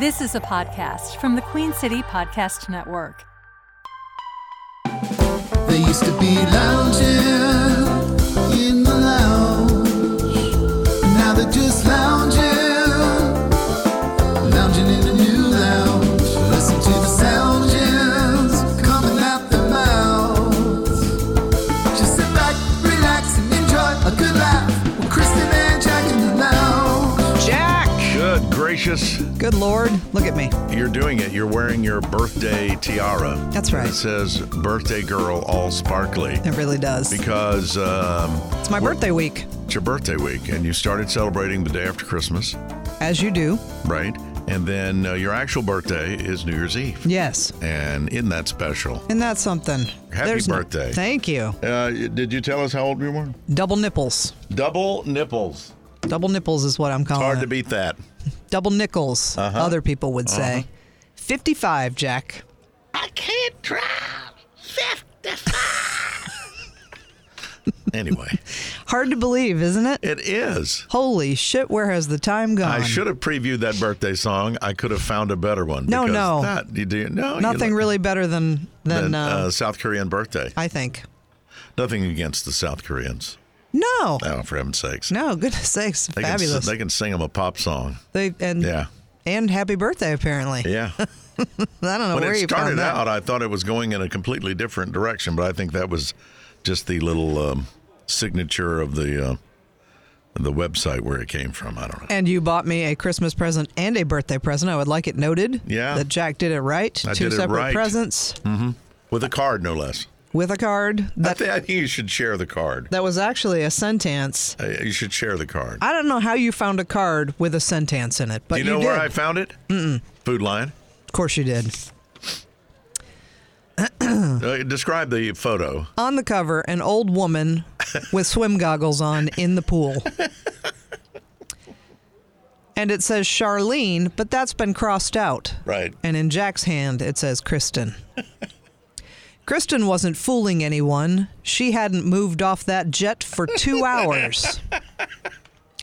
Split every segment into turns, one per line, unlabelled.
This is a podcast from the Queen City Podcast Network.
There used to be lounging in the lounge. Now they're just lounging, lounging in a new lounge. Listen to the sound yes, coming out their mouths. Just sit back, relax, and enjoy a good laugh with Kristen and Jack in the lounge.
Jack!
Good gracious.
Good lord, look at me.
You're doing it. You're wearing your birthday tiara.
That's right.
It says birthday girl all sparkly
It really does.
because um,
it's my birthday week,
it's your birthday week and you started celebrating the day after Christmas,
as you do.
right? And then uh, your actual birthday is New Year's Eve.
Yes.
And isn't that special?
And that's something.
Happy
no-
birthday.
thank you.
Uh, did you tell us how old you were?
Double nipples.
Double nipples.
Double nipples is what I'm calling
Hard
it.
to Uh-huh. beat that.
Double nickels, other people would
Uh-huh.
say. 55, Jack.
Anyway,
Hard to believe, isn't it?
it is.
Holy shit, where has the time gone?
I should have previewed that birthday song. I could have found a better one.
No,
because
no.
That, you do, no, you
Nothing
look-
really better than, than,
than
uh,
uh, South Korean birthday.
I think.
Nothing against the South Koreans.
No.
Oh, for heaven's sakes.
No, goodness sakes.
they Can,
fabulous.
s- they can sing them a pop song.
they, and,
Yeah.
and happy birthday, apparently.
Yeah.
I don't know
when
where you
it started
found that.
out, I thought it was going in a completely different direction, but I think that was just the little um, signature of the uh, the website where it came from. I don't know.
And you bought me a Christmas present and a birthday present. I would like it noted.
Yeah.
That Jack did it right.
I
Two
did it
separate
right.
presents
With a card, no less.
with a card.
I,
That
thi- I think you should share the card.
that was actually a sentence.
Uh, you should share the card.
I don't know how you found a card with a sentence in it, but
Do you know
did.
where I found it? Mm-mm. Food Lion.
of course you did. Mm.
Uh, describe the photo.
On the cover, an old woman with swim goggles on in the pool. And it says Charlene, but that's been crossed out.
Right.
And in Jack's hand, it says Kristen. Kristen wasn't fooling anyone. She hadn't moved off that jet for two hours.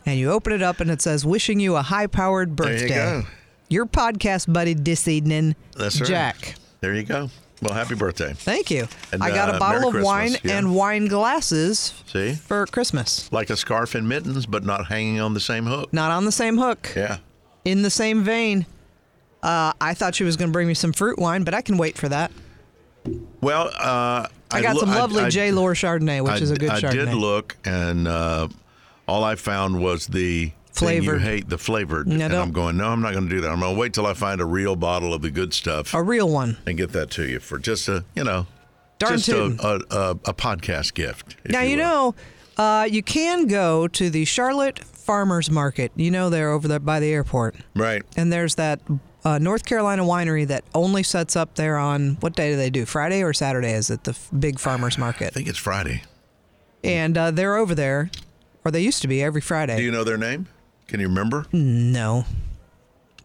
And you open it up and it says, Wishing you a high powered
you
birthday.
go.
Your podcast buddy this evening,
That's right.
Jack.
There you go. Well, happy birthday.
Thank you.
And,
I got
uh,
a bottle
Merry
of wine
Christmas, yeah.
and wine glasses
See?
for Christmas.
Like a scarf and mittens, but not hanging on the same hook.
Not on the same hook.
Yeah.
In the same vein, uh, I thought she was going to bring me some fruit wine, but I can wait for that.
Well, uh,
I, got
loo-
some lovely
I-
J. Lore Chardonnay, which
I-
is a good
I
Chardonnay.
did look, and uh, all I found was the thing you
Flavored.
hate, the flavored.
No,
and
don't.
I'm going, no, I'm not going to do that. I'm going to wait till I find a real bottle of the good stuff
A real one.
and get that to you for just a, you know,
Darn
just a,
tootin'.
a, a, a podcast gift. if
Now you
will.
know, uh, you can go to the Charlotte Farmers Market. You know they're over there by the airport,
Right.
and there's that uh, North Carolina winery that only sets up there on what day do they do? Friday or Saturday? Is it the f- big farmers
I
market?
think it's Friday.
And uh, they're over there, or they used to be every Friday.
Do you know their name? Can you remember?
Mm. No.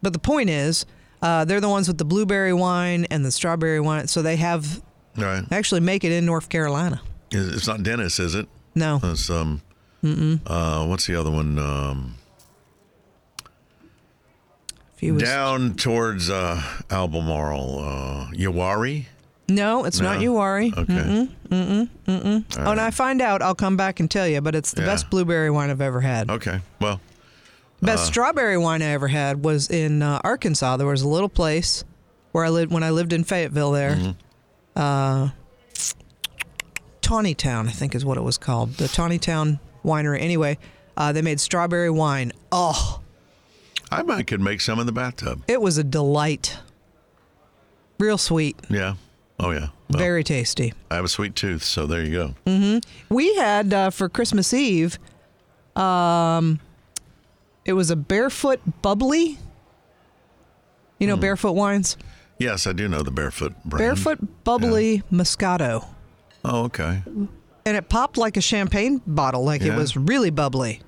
But the point is, uh, they're the ones with the blueberry wine and the strawberry wine. So they have
All right.
they actually make it in North Carolina.
It's it's not Dennis, is it?
No.
It's, um, uh, what's the other one? Um,
If he was-
down towards uh, Albemarle, uh, Yawari.
no, it's not
No.
you, Ari.
Okay.
Oh, and I find out, I'll come back and tell you, but it's the
Yeah. Uh,
best blueberry wine I've ever had.
Okay. Well,
Best
uh.
strawberry wine I ever had was in uh, Arkansas. There was a little place where I lived when I lived in Fayetteville there. Uh,
Mm-hmm.
Tawny Town, I think is what it was called. The Tawny Town Winery. Anyway, uh, they made strawberry wine. Oh,
I might could make some in the bathtub.
it was a delight. Real sweet,
Yeah. Oh yeah. Well,
very tasty.
I have a sweet tooth, so there you go.
Mm. we had uh, for Christmas Eve, um, it was a barefoot bubbly. You know, barefoot wines,
Yes, I do know the barefoot Hmm. brand.
barefoot bubbly Moscato,
Oh, okay.
and it popped like a champagne bottle, like
Yeah.
it was really bubbly,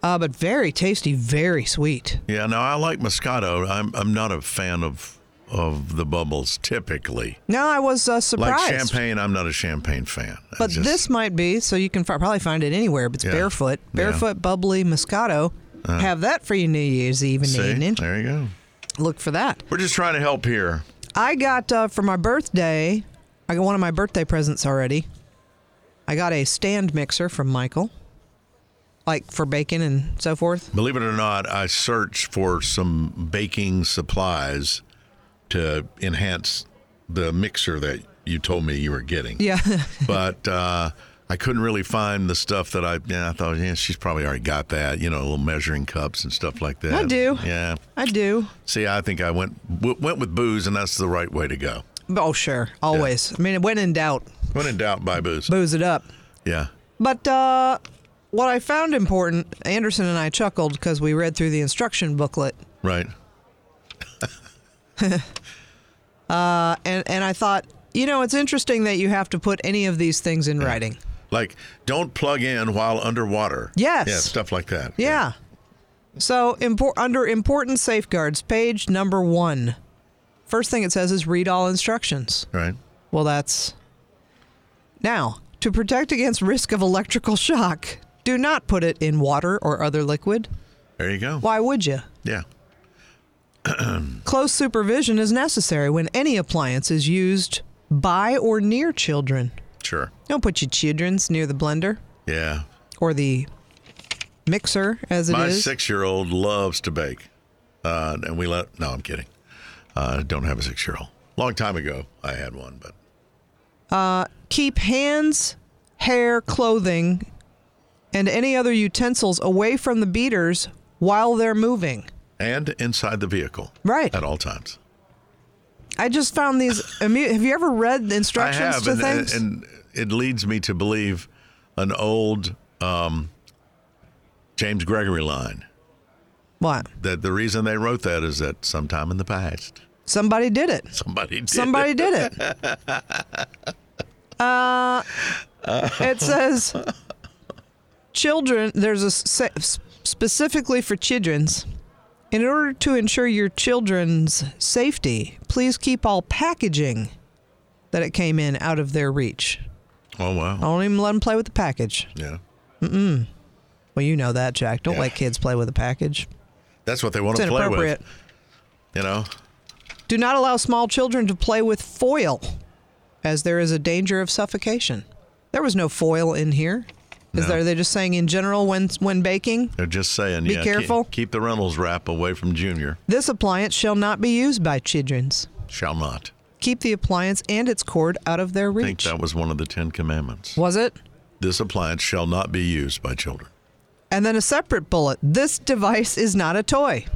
uh, but very tasty, very sweet.
Yeah. Now I like Moscato. I'm I'm not a fan of of the bubbles typically.
No, I was uh,
Like
surprised.
champagne, I'm not a champagne fan. I
But
just-
this might be, so you can fi- probably find it anywhere. But it's
Yeah.
barefoot,
Yeah. Uh.
barefoot bubbly Moscato. Have that for your New Year's Eve and
see,
evening.
there you go.
Look for that.
We're just trying to help here.
I got uh, for my birthday, I got one of my birthday presents already. I got a stand mixer from Michael, like for bacon and so forth.
Believe it or not, I searched for some baking supplies to enhance the mixer that you told me you were getting.
Yeah.
but uh, I couldn't really find the stuff that I. Yeah, I thought, yeah, she's probably already got that. You know, little measuring cups and stuff like that.
I do.
Yeah.
I do.
See, I think I went w- went with booze, and that's the right way to go.
Oh, sure. Always. I mean, when in doubt,
When in doubt, buy booze.
booze it up.
Yeah.
But uh, what I found important, Anderson and I chuckled because we read through the instruction booklet,
Right.
uh, and and I thought, you know, it's interesting that you have to put any of these things in writing.
Like, don't plug in while underwater.
Yes.
Yeah, stuff like that.
Yeah. So impor- under important safeguards, page number one, first thing it says is read all instructions.
Right.
Well, that's now to protect against risk of electrical shock. Do not put it in water or other liquid.
There you go.
Why would you?
Yeah.
Close supervision is necessary when any appliance is used by or near children.
Sure.
Don't put your childrens near the blender
Yeah.
or the mixer, as it is.
My six year old loves to bake. Uh, and we let, no, I'm kidding. Uh, I don't have a six year old. Long time ago, I had one, but
keep hands, hair, clothing, and any other utensils away from the beaters while they're moving.
and inside the vehicle.
Right.
At all times.
I just found these. amu- have you ever read the instructions
I have,
to
and, uh,
things?
and it leads me to believe an old um, James Gregory line
what?
that the reason they wrote that is that sometime in the past,
Somebody did it.
somebody did.
Somebody did it. Uh, it says children. There's a se- specifically for children's. In order to ensure your children's safety, please keep all packaging that it came in out of their reach.
Oh, wow.
I don't even let them play with the package.
Yeah.
Well, you know that, Jack. Don't
Yeah.
let kids play with the package.
That's what they want
It's
to play
inappropriate.
with. You know?
Do not allow small children to play with foil, as there is a danger of suffocation. There was no foil in here. Is
No.
there? Are they just saying in general when when baking,
They're just saying,
Be
yeah,
careful.
Keep, keep the Reynolds wrap away from Junior.
this appliance shall not be used by childrens.
Shall not.
Keep the appliance and its cord out of their
I think
reach.
that was one of the Ten Commandments.
Was it?
This appliance shall not be used by children.
And then a separate bullet. This device is not a toy.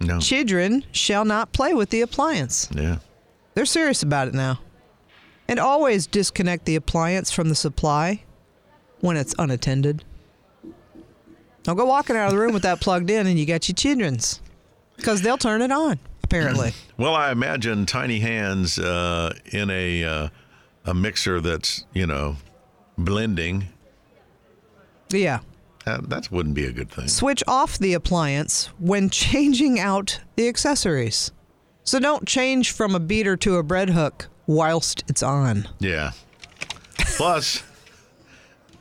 Oh. No.
Children shall not play with the appliance.
yeah.
They're serious about it now. And always disconnect the appliance from the supply when it's unattended. Don't go walking out of the room with that plugged in and you got your children's because they'll turn it on, apparently.
Well, I imagine tiny hands uh, in a uh, a mixer that's you know blending.
yeah.
That, that wouldn't be a good thing.
Switch off the appliance when changing out the accessories. So don't change from a beater to a bread hook whilst it's on.
Yeah. Plus,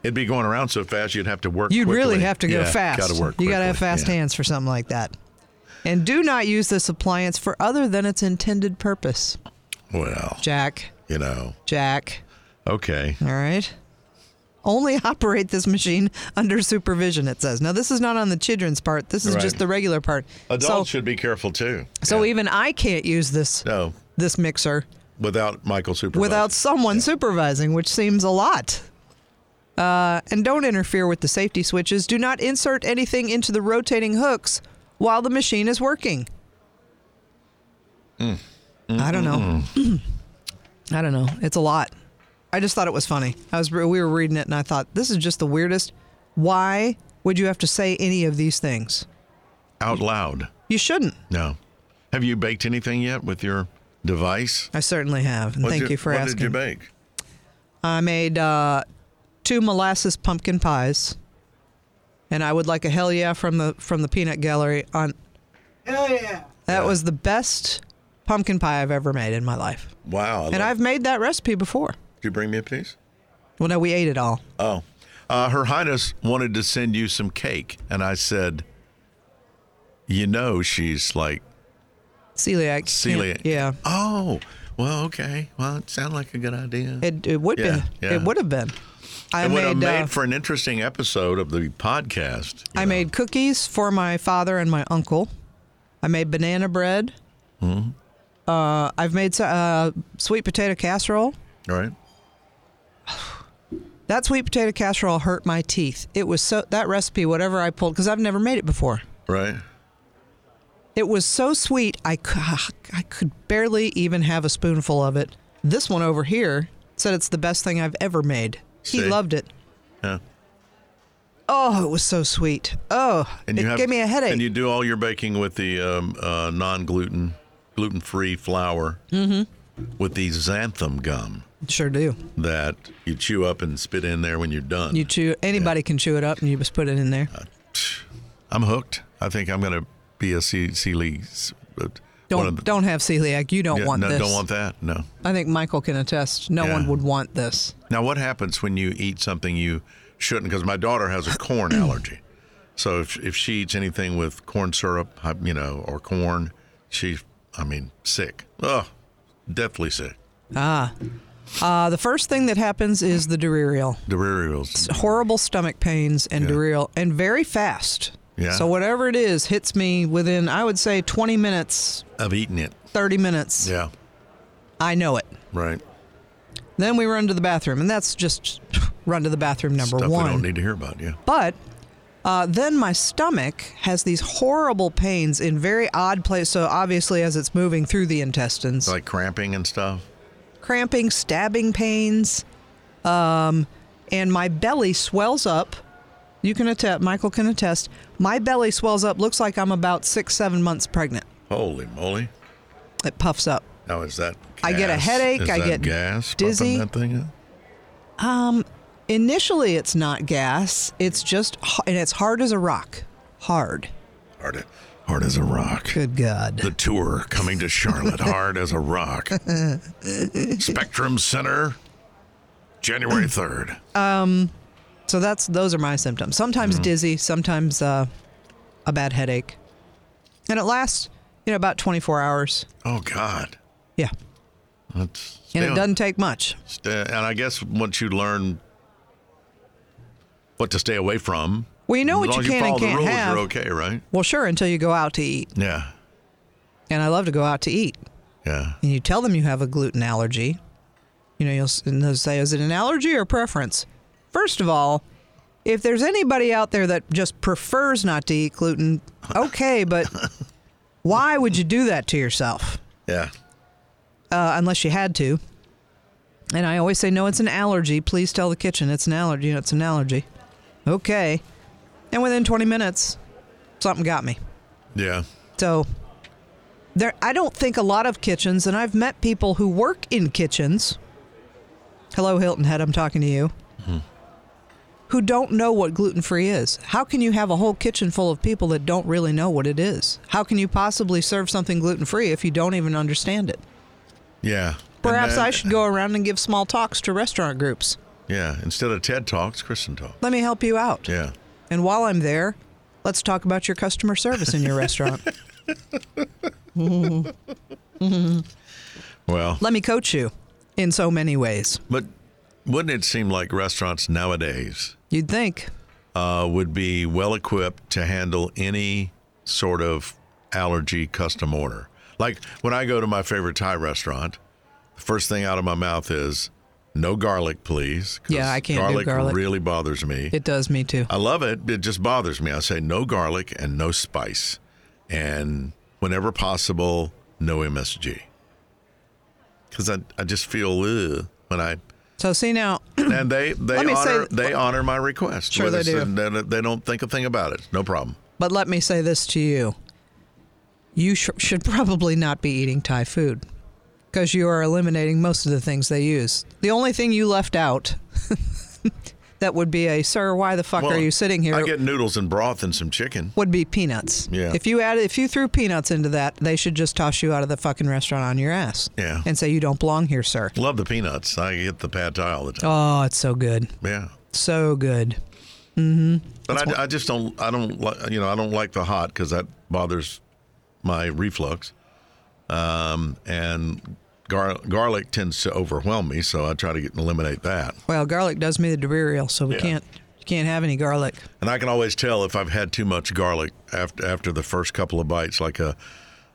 it'd be going around so fast you'd have to work.
You'd
quickly.
really have to go
Yeah,
fast.
Gotta work.
You got to have
quickly.
fast
Yeah.
hands for something like that. And do not use this appliance for other than its intended purpose.
Well,
Jack,
you know.
Jack,
Okay.
all right? Only operate this machine under supervision, it says. Now, this is not on the children's part. This is
Right.
just the regular part.
Adults
so,
should be careful too.
so
yeah.
even I can't use this
no,
this mixer
without Michael supervising.
without someone supervising, which seems a lot. Uh, and don't interfere with the safety switches. Do not insert anything into the rotating hooks while the machine is working.
Mm.
I don't know. I don't know. It's a lot. I just thought it was funny. I was we were reading it and I thought this is just the weirdest. Why would you have to say any of these things?
out loud.
You shouldn't.
No. Have you baked anything yet with your device?
I certainly have, and
What'd
thank you, for
what
asking.
did you bake?
I made uh, two molasses pumpkin pies, and I would like a hell yeah from the from the peanut gallery on. Hell yeah! That was the best pumpkin pie I've ever made in my life,
Wow. I love-
and I've made that recipe before.
Did you bring me a piece?
Well, no, we ate it all.
Oh. Uh, Her Highness wanted to send you some cake. And I said, You know, she's like
Celiac. can't-
Celiac.
Yeah.
Oh, well, okay. Well, it sounded like a good idea.
It it would
Yeah,
been.
yeah.
It would have been. I
it would have
made,
made
uh,
for an interesting episode of the podcast. you
I
know.
made cookies for my father and my uncle. I made banana bread.
Mm-hmm.
Uh, I've made so- uh, sweet potato casserole.
All right.
That sweet potato casserole hurt my teeth. It was so that recipe, whatever I pulled, because I've never made it before.
Right.
It was so sweet, I, c- I could barely even have a spoonful of it. This one over here said it's the best thing I've ever made. He
See?
loved it.
Yeah.
Oh, it was so sweet. Oh, it gave me a headache.
And you do all your baking with the um, uh, non-gluten, gluten-free flour mm-hmm. with the xanthan gum
sure do.
that you chew up and spit in there when you're done.
You chew. Anybody can chew it up, and you just put it in
Uh,
there.
I'm hooked. I think I'm going to be a C- Sealy. s- uh, one
Don't
of the-
don't have celiac. You don't
Yeah,
want
no,
this.
Don't want that. No.
I think Michael can attest. No
Yeah.
one would want this.
Now, what happens when you eat something you shouldn't? Because my daughter has a corn allergy. So if, if she eats anything with corn syrup, I- you know, or corn, she's, I mean, sick. Oh, deathly sick.
Uh, the first thing that happens is the diarrheal.
Delirious.
Horrible stomach pains and
Yeah.
diarrheal, and very fast.
Yeah.
So whatever it is hits me within, I would say, 20 minutes,
Of eating it.
30 minutes.
Yeah.
I know it.
Right.
Then we run to the bathroom, and that's just run to the bathroom number
Stuff
one.
we don't need to hear about. Yeah.
But uh, then my stomach has these horrible pains in very odd places. So obviously, as it's moving through the intestines,
Like cramping and stuff.
cramping, stabbing pains, um, and my belly swells up. You can attest, Michael can attest. My belly swells up. Looks like I'm about six, seven months pregnant.
Holy moly.
It puffs up.
Now, is that
I get a
gas?
headache,
Is
I
that
get
gas pumping
dizzy.
That thing up?
Initially, it's not gas. It's just, h- and it's hard as a rock. Hard.
Hard, hard as a rock.
Good God.
The tour coming to Charlotte, hard as a rock. Spectrum Center, January 3rd.
So that's those are my symptoms. Sometimes dizzy, sometimes uh, a bad headache, and it lasts you know about 24 hours.
Oh, God.
Yeah,
That's,
and
still-
it doesn't take much.
st- and I guess once you learn what to stay away from,
Well, you know
as
what
long
you
as
can
follow
and
the
can't
rules,
have.
you're okay, right?
Well, sure, until you go out to eat,
Yeah.
and I love to go out to eat.
Yeah.
And you tell them you have a gluten allergy. You know, you'll s- and they'll say, "Is it an allergy or preference?" First of all, if there's anybody out there that just prefers not to eat gluten, okay, but why would you do that to yourself?
Yeah.
uh, unless you had to. And I always say, no, it's an allergy. Please tell the kitchen it's an allergy. It's an allergy. Okay. And within 20 minutes, something got me.
Yeah.
So there, I don't think a lot of kitchens, and I've met people who work in kitchens. Hello, Hilton Head. I'm talking to you.
Mm-hmm.
Who don't know what gluten free is? How can you have a whole kitchen full of people that don't really know what it is? How can you possibly serve something gluten free if you don't even understand it?
Yeah. And
Perhaps
then-
I should go around and give small talks to restaurant groups.
Yeah. Instead of TED Talks, Kristen Talk.
Let me help you out.
Yeah.
And while I'm there, let's talk about your customer service in your restaurant.
Well,
Let me coach you in so many ways.
but wouldn't it seem like restaurants nowadays
You'd think.
uh, would be well equipped to handle any sort of allergy custom order. Like when I go to my favorite Thai restaurant, the first thing out of my mouth is no garlic, please. 'cause
Yeah, I can't do
garlic
garlic.
really bothers me.
It does me too.
I love it. It just bothers me. I say no garlic and no spice. And whenever possible, no MSG. Because I, I just feel ugh, when I
So see now,
and they they
Let me say-
honor they honor my request.
Sure
Whether
they
it's-
do.
They, they don't think a thing about it. No problem.
but let me say this to you. You sh- should probably not be eating Thai food because you are eliminating most of the things they use. The only thing you left out that would be a sir, why the fuck
Well,
are you sitting here?
I get noodles and broth and some chicken.
would be peanuts.
Yeah.
If you added, if you threw peanuts into that, they should just toss you out of the fucking restaurant on your ass.
Yeah.
And say you don't belong here, sir.
Love the peanuts. I get the pad thai all the time.
Oh, it's so good,
Yeah,
so good.
but I, I just don't. I don't like. You know, I don't like the hot because that bothers my reflux. um, and gar- garlic tends to overwhelm me, so I try to get, eliminate that.
Well, garlic does me the delirial, so we
Yeah.
can't you can't have any garlic.
And I can always tell if I've had too much garlic after after the first couple of bites, like a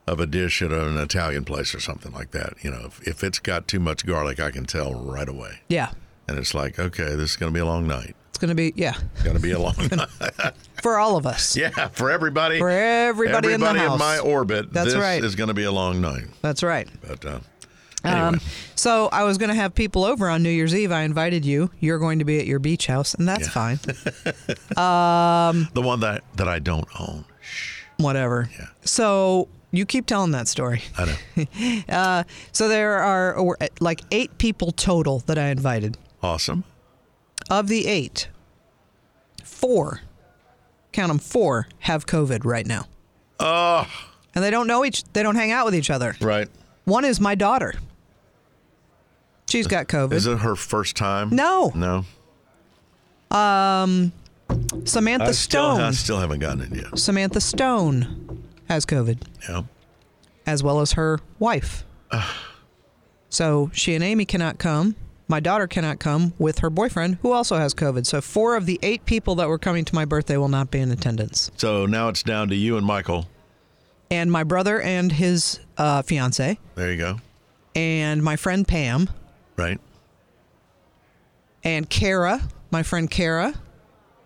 of a dish at an Italian place or something like that. You know, if, if it's got too much garlic, I can tell right away.
Yeah,
And it's like, okay, this is going to be a long night.
it's gonna be yeah
It's going to be a long night.
for all of us.
Yeah, for everybody.
For everybody in the
everybody
house.
my orbit.
That's
this
right.
is going to be a long night.
That's right.
But uh, anyway,
Um, So I was going to have people over on New Year's Eve. I invited you. You're going to be at your beach house, and that's fine.
the one that that I don't own.
Whatever.
Yeah.
So you keep telling that story.
I know.
So there are uh, like eight people total that I invited.
awesome.
Of the eight, four, count them, four have COVID right now,
Oh,
and they don't know each. They don't hang out with each other.
right.
One is my daughter. She's got COVID.
Is it her first time?
No.
No.
Samantha
I still,
Stone.
I still haven't gotten it yet.
Samantha Stone has COVID.
Yeah.
as well as her wife. so she and Amy cannot come. My daughter cannot come with her boyfriend, who also has COVID. So four of the eight people that were coming to my birthday will not be in attendance.
So now it's down to you and Michael.
And my brother and his uh, fiance,
There you go.
and my friend Pam,
Right.
and Kara, my friend Kara,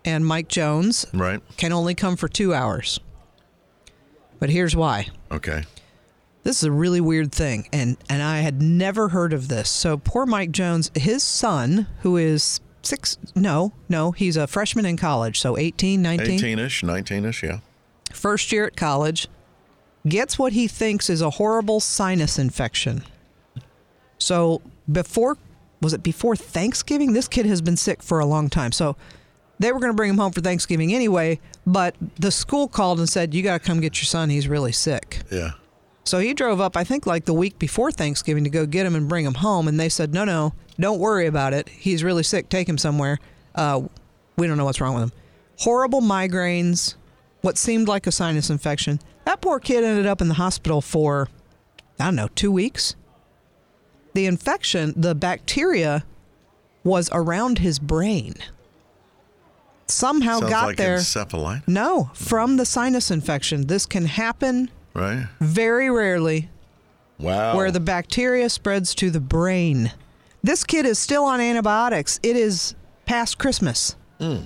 and Mike Jones
Right.
can only come for two hours. But here's why.
Okay.
This is a really weird thing, and and I had never heard of this. So poor Mike Jones, his son, who is six, no, no, he's a freshman in college, so 18, 19,
18-ish, 19-ish, yeah.
first year at college, gets what he thinks is a horrible sinus infection. So before, was it before Thanksgiving? This kid has been sick for a long time. So they were going to bring him home for Thanksgiving anyway, but the school called and said, "You got to come get your son. He's really sick."
Yeah.
So he drove up, I think, like the week before Thanksgiving to go get him and bring him home. And they said, no, no, don't worry about it. He's really sick. Take him somewhere. Uh, we don't know what's wrong with him. Horrible migraines, what seemed like a sinus infection. That poor kid ended up in the hospital for, I don't know, two weeks. The infection, the bacteria was around his brain. Somehow
Sounds
Oh, got
like
there.
encephalitis,
no, from the sinus infection. This can happen
right?
very rarely
Wow.
where the bacteria spreads to the brain. This kid is still on antibiotics. It is past Christmas.
Mm.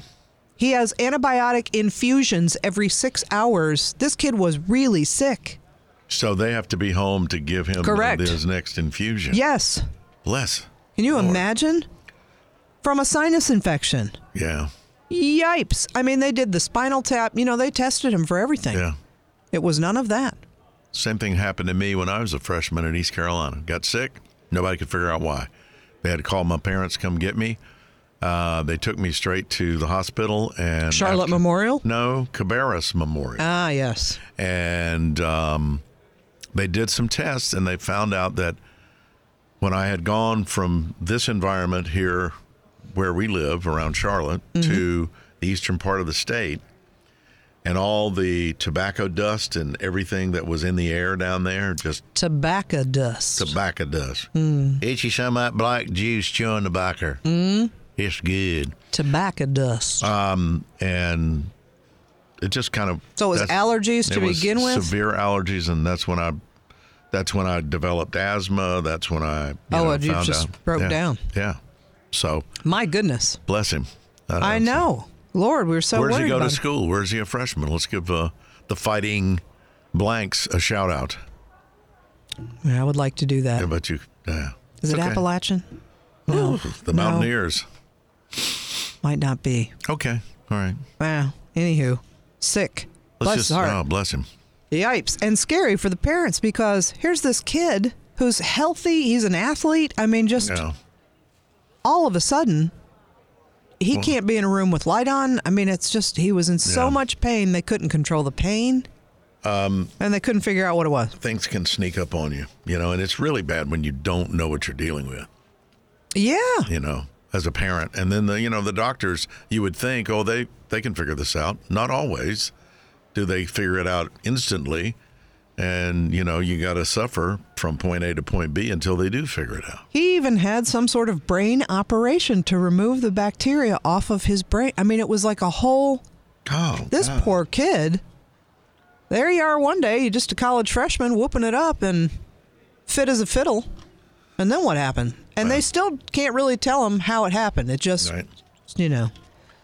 He has antibiotic infusions every six hours. This kid was really sick.
So they have to be home to give him
Correct.
his next infusion.
Yes.
Bless.
Can you
Lord.
imagine? From a sinus infection.
Yeah.
Yipes. I mean, they did the spinal tap. You know, they tested him for everything.
Yeah.
It was none of that.
Same thing happened to me when I was a freshman in East Carolina. Got sick. Nobody could figure out why. They had to call my parents to come get me. Uh, they took me straight to the hospital and
Charlotte
after-
Memorial?
No, Cabarrus Memorial.
Ah, yes.
and um, they did some tests and they found out that when I had gone from this environment here where we live around Charlotte to the eastern part of the state and all the tobacco dust and everything that was in the air down there just
Tobacco dust.
tobacco dust itchy some of that black juice chewing tobacco mm. it's good
tobacco dust.
Uh, Um, and it just kind of
So it was
that's-
allergies to
it was
begin with?
severe allergies and that's when i that's when i developed asthma that's when i you
Oh,
know,
and you
found
just
out.
broke
Yeah.
down.
yeah so
My goodness.
bless him
I
it's-
know. Lord, we were so
where does
worried
he go to
about him.
school where's he a freshman let's give uh, the fighting blanks a shout out
Yeah, I would like to do that.
how
Is
about you yeah
Uh, it
It's okay.
Appalachian?
Ooh, the
No.
mountaineers
Might not be.
okay all right
Wow. Anywho, sick.
let's
bless
just
his heart.
oh bless him
Yipes. And scary for the parents because here's this kid who's healthy. He's an athlete. I mean, just
yeah
all of a sudden, he can't be in a room with light on. I mean, it's just, he was in so
Yeah.
much pain, they couldn't control the pain. Um, and they couldn't figure out what it was.
things can sneak up on you you know and it's really bad when you don't know what you're dealing with
Yeah.
you know, as a parent. And then the you know the doctors, you would think, oh, they they can figure this out. Not always do they figure it out instantly, And, you know, you got to suffer from point A to point B until they do figure it out.
He even had some sort of brain operation to remove the bacteria off of his brain. I mean, it was like a whole.
Oh,
This
God.
poor kid. There you are one day, you're just a college freshman whooping it up and fit as a fiddle. And then what happened? And they
Well.
still can't really tell him how it happened. It just,
Right.
you know.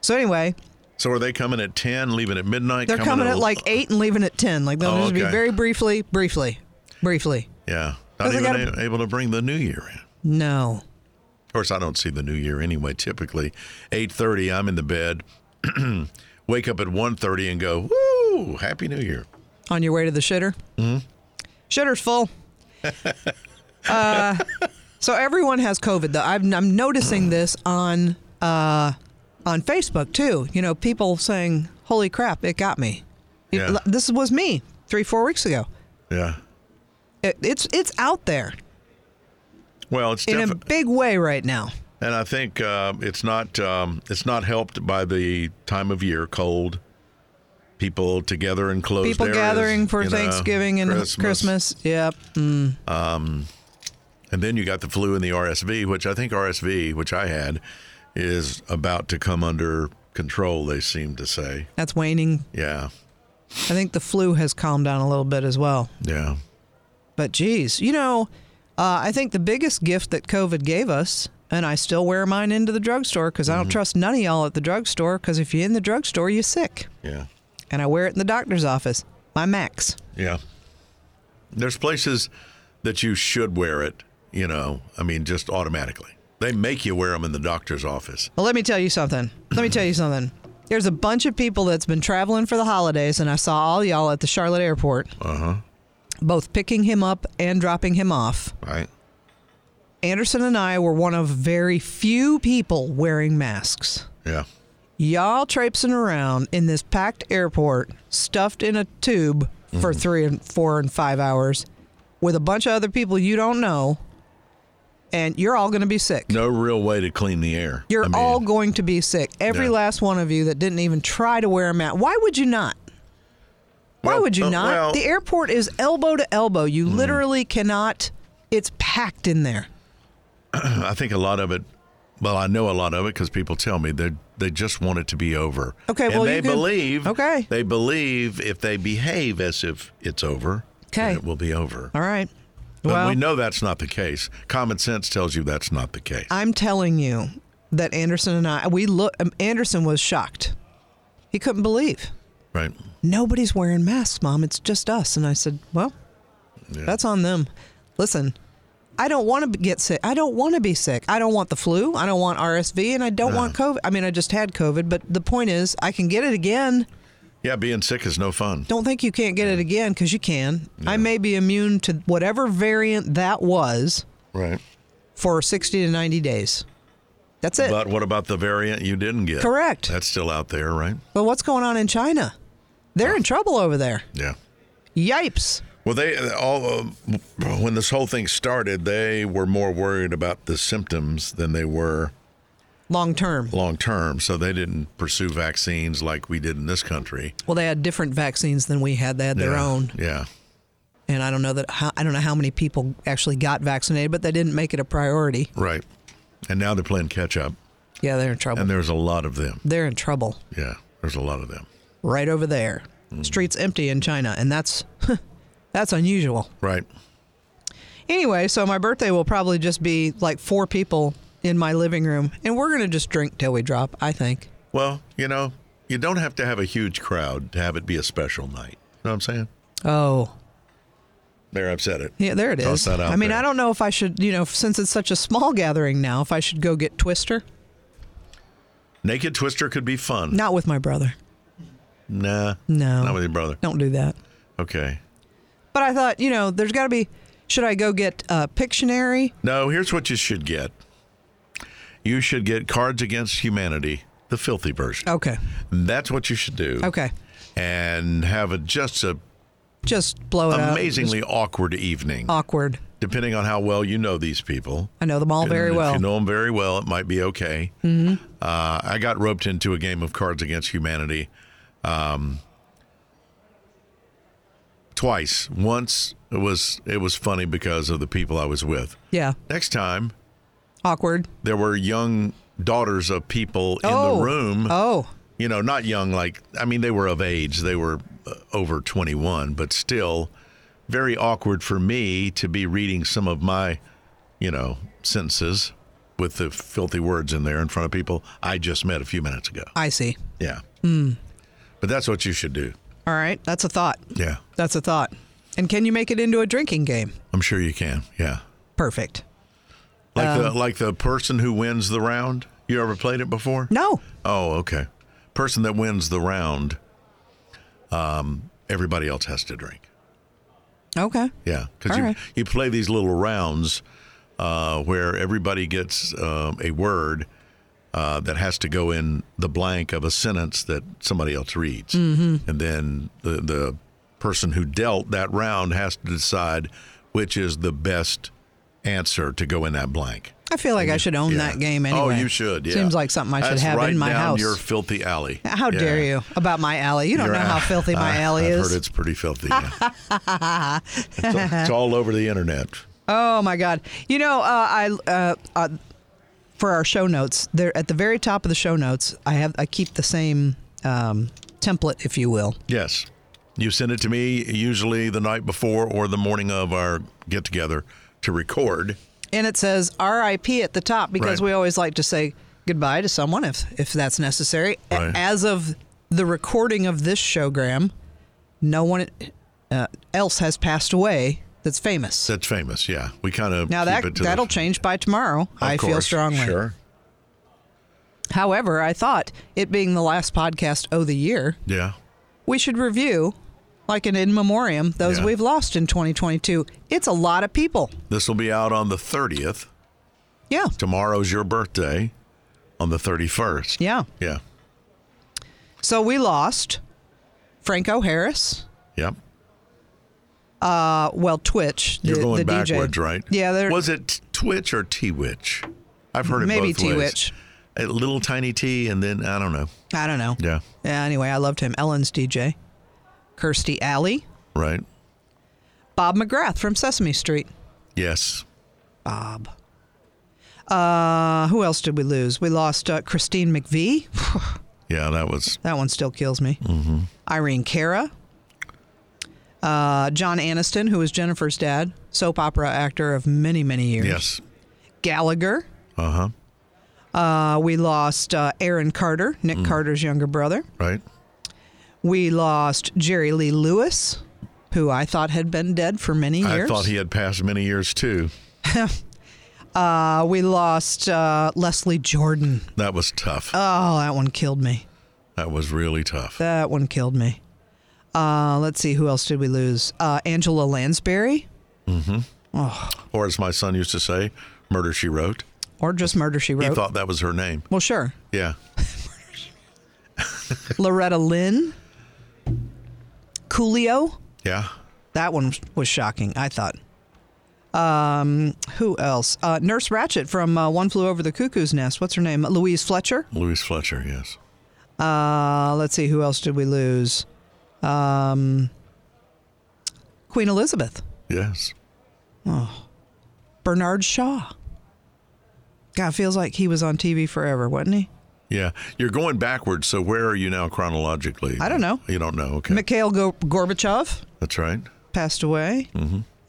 So anyway,
So are they coming at 10, leaving at midnight?
they're coming at
el-
like eight and leaving at ten. Like they'll
Oh,
just be
okay.
very briefly, briefly, briefly.
Yeah.
Cause
Not
they
even
gotta-
a- able to bring the new year in.
No.
Of course, I don't see the new year anyway. Typically, eight thirty, I'm in the bed. Wake up at 1.30 and go, "Woo! Happy New Year!"
On your way to the shitter? Mm-hmm. Shitter's full. uh, so everyone has COVID, though. I'm, I'm noticing this on uh, on Facebook too. You know, people saying, "Holy crap, it got me." It-
Yeah.
This was me three, four weeks ago.
Yeah.
It, it's it's out there
Well, it's
in a
definitely,
big way right now.
and I think uh, it's not um, it's not helped by the time of year, cold. People together in closed
People
areas,
gathering for
you know,
Thanksgiving and Christmas. Yep.
And then you got the flu and the RSV, which I think RSV, which I had, is about to come under control, they seem to say.
That's waning.
Yeah.
I think the flu has calmed down a little bit as well.
Yeah.
But geez, you know, uh, I think the biggest gift that COVID gave us, and I still wear mine into the drugstore because I don't trust none of y'all at the drugstore because if you're in the drugstore, you're sick.
Yeah.
And I wear it in the doctor's office. My Max.
Yeah. There's places that you should wear it, you know, I mean, just automatically. They make you wear them in the doctor's office.
Well, let me tell you something. Let me tell you something. There's a bunch of people that's been traveling for the holidays, and I saw all y'all at the Charlotte airport,
Uh huh.
both picking him up and dropping him off.
Right.
Anderson and I were one of very few people wearing masks.
Yeah.
y'all traipsing around in this packed airport, stuffed in a tube for
Mm-hmm.
three and four and five hours with a bunch of other people you don't know, and you're all going to be sick.
No real way to clean the air.
You're
I mean,
all going to be sick. Every
Yeah.
last one of you that didn't even try to wear a mask. Why would you not? Why
Well,
would you
uh,
not?
well- Mm-hmm.
the airport is elbow to elbow. You literally cannot. It's packed in there.
I think a lot of it. Well, I know a lot of it because people tell me they they just want it to be over.
Okay,
And
well, you
they
can-
believe.
okay.
They believe if they behave as if it's over. then
Okay.
It will be over.
All right.
But
well,
we know that's not the case. Common sense tells you that's not the case.
I'm telling you that Anderson and I, we look. um, Anderson was shocked. He couldn't believe
right.
nobody's wearing masks, Mom. It's just us. And I said, Well, that's on them. Listen, I don't want to get sick. I don't want to be sick. I don't want the flu. I don't want RSV, and I don't want COVID. I mean, I just had COVID, but the point is, I can get it again.
Yeah, being sick is no fun.
Don't think you can't get it again because you can. I may be immune to whatever variant that was
Right.
for 60 to 90 days. That's it.
But what about the variant you didn't get?
Correct.
That's still out there, right?
But what's going on in China? They're in trouble over there.
Yeah.
Yipes.
Well, they all uh, when this whole thing started, they were more worried about the symptoms than they were
Long term.
long term. So they didn't pursue vaccines like we did in this country.
Well, they had different vaccines than we had. They had their
Yeah.
own,
Yeah.
and I don't know that how, I don't know how many people actually got vaccinated, but they didn't make it a priority.
Right. And now they're playing catch up,
Yeah, they're in trouble.
and there's a lot of them.
they're in trouble
Yeah. There's a lot of them.
right over there. Streets empty in China, and that's that's unusual.
Right.
Anyway, so my birthday will probably just be like four people in my living room, and we're gonna just drink till we drop. I think.
Well, you know, you don't have to have a huge crowd to have it be a special night. You know what I'm saying?
Oh,
There, I've said it.
Yeah, there it
Toss
is.
that out
I mean,
there.
I don't know if I should, you know, since it's such a small gathering now, if I should go get Twister.
Naked Twister could be fun.
Not with my brother.
Nah.
No.
Not with your brother.
Don't do that.
Okay.
But I thought, you know, there's got to be. Should I go get uh, Pictionary?
No, here's what you should get. You should get Cards Against Humanity, the filthy version.
Okay.
That's what you should do.
Oh. Okay.
And have a, just a
Just Oh. blow it up.
amazingly awkward evening,
awkward.
depending on how well you know these people.
I know them all very
If
well. Mm-hmm.
you know them very well, it might be okay. Uh, I got roped into a game of Cards Against Humanity. Um, twice. Once it was it was funny because of the people I was with.
Yeah.
Next time
Awkward.
there were young daughters of people in
oh.
the room.
Oh.
You know, not young like I mean they were of age. They were uh, over 21, but still very awkward for me to be reading some of my, you know, sentences with the filthy words in there in front of people I just met a few minutes ago.
I see.
Yeah. But that's what you should do.
All right. That's a thought.
Yeah.
That's a thought. And can you make it into a drinking game?
I'm sure you can. Yeah.
Perfect.
Like the like the person who wins the round. You ever played it before?
No.
Oh, okay. Person that wins the round, um, everybody else has to drink.
Okay.
Yeah, because
All
you
right.
you play these little rounds uh, where everybody gets um, a word uh, that has to go in the blank of a sentence that somebody else reads, mm-hmm. and then the the person who dealt that round has to decide which is the best answer to go in that blank.
I feel like I should own
Yeah.
that game anyway.
Oh, you should. Yeah.
Seems like something I should
That's
have
right
in my
down
house.
Your filthy alley.
how
Yeah.
dare you about my alley? You don't
Your
know how
a-
filthy my
I-
alley
I've
is.
heard it's pretty filthy. yeah. it's, all, it's all over the internet.
Oh my God! You know, uh, I uh, uh, for our show notes, there at the very top of the show notes, I have I keep the same um, template, if you will.
Yes. You send it to me usually the night before or the morning of our get together to record.
and it says RIP at the top because
Right.
we always like to say goodbye to someone if if that's necessary. A-
Right.
As of the recording of this show, Graham, no one uh, else has passed away that's famous.
That's famous. Yeah. We kind of
now
keep
that
it to
that'll
the,
change by tomorrow.
Of
I feel
course,
strongly.
Sure.
However, I thought it being the last podcast of the year,
Yeah.
we should review like an in memoriam those
Yeah.
we've lost in 2022. It's a lot of people.
This will be out on the 30th.
Yeah.
Tomorrow's your birthday on the 31st.
Yeah.
Yeah.
So we lost Franco Harris.
Yep.
Uh, well, Twitch. The,
You're going
the
backwards,
DJ.
right?
Yeah, there
Was it Twitch or T-Witch? I've heard it
Maybe
both ways.
T-Witch.
A little tiny T, and then I don't know.
I don't know.
Yeah,
Yeah, Anyway, I loved him. Ellen's DJ, Kirsty Alley,
right.
Bob McGrath from Sesame Street.
Yes,
Bob. Uh, who else did we lose? We lost uh, Christine McVie.
yeah. That was
That one still kills me. Mm-hmm. Irene Cara. Uh, John Aniston, who was Jennifer's dad, soap opera actor of many, many years.
yes.
Gallagher.
Uh huh.
Uh, we lost uh, Aaron Carter, Nick
Mm.
Carter's younger brother.
Right.
We lost Jerry Lee Lewis, who I thought had been dead for many
I
years.
thought he had passed many years too.
uh, we lost uh, Leslie Jordan.
That was tough.
Oh, that one killed me.
that was really tough.
That one killed me. Uh, let's see, who else did we lose? Uh, Angela Lansbury,
or as my son used to say, "Murder She Wrote."
or just Murder She
He
Wrote.
thought that was her name.
well, sure.
Yeah.
Loretta Lynn, Coolio.
Yeah.
That one was shocking. I thought. Um, who else? Uh, Nurse Ratchet from uh, One Flew Over the Cuckoo's Nest. What's her name? Louise Fletcher.
Louis Fletcher. Yes.
Uh, let's see, who else did we lose? Um, Queen Elizabeth,
Yes.
Bernard Shaw. God, feels like he was on TV forever, wasn't he?
Yeah. You're going backwards. So where are you now chronologically?
I don't know.
You don't know. Okay.
Mikhail Go- Gorbachev
That's right.
passed away.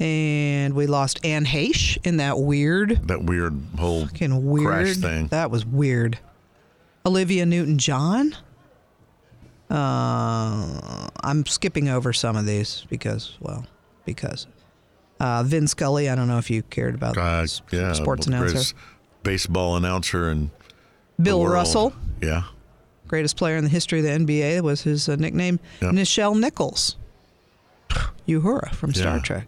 And we lost Anne Heche in that weird,
That weird whole
fucking weird
crash thing.
That was weird. Olivia Newton John. Uh, I'm skipping over some of these because, well, because. Uh, Vin Scully, I don't know if you cared about
Uh,
s-
yeah,
sports
the
announcer.
greatest baseball announcer and
Bill Russell,
Yeah,
greatest player in the history of the NBA, was his uh, nickname.
Yep.
Nichelle Nichols, Uhura from Star
Yeah.
Trek.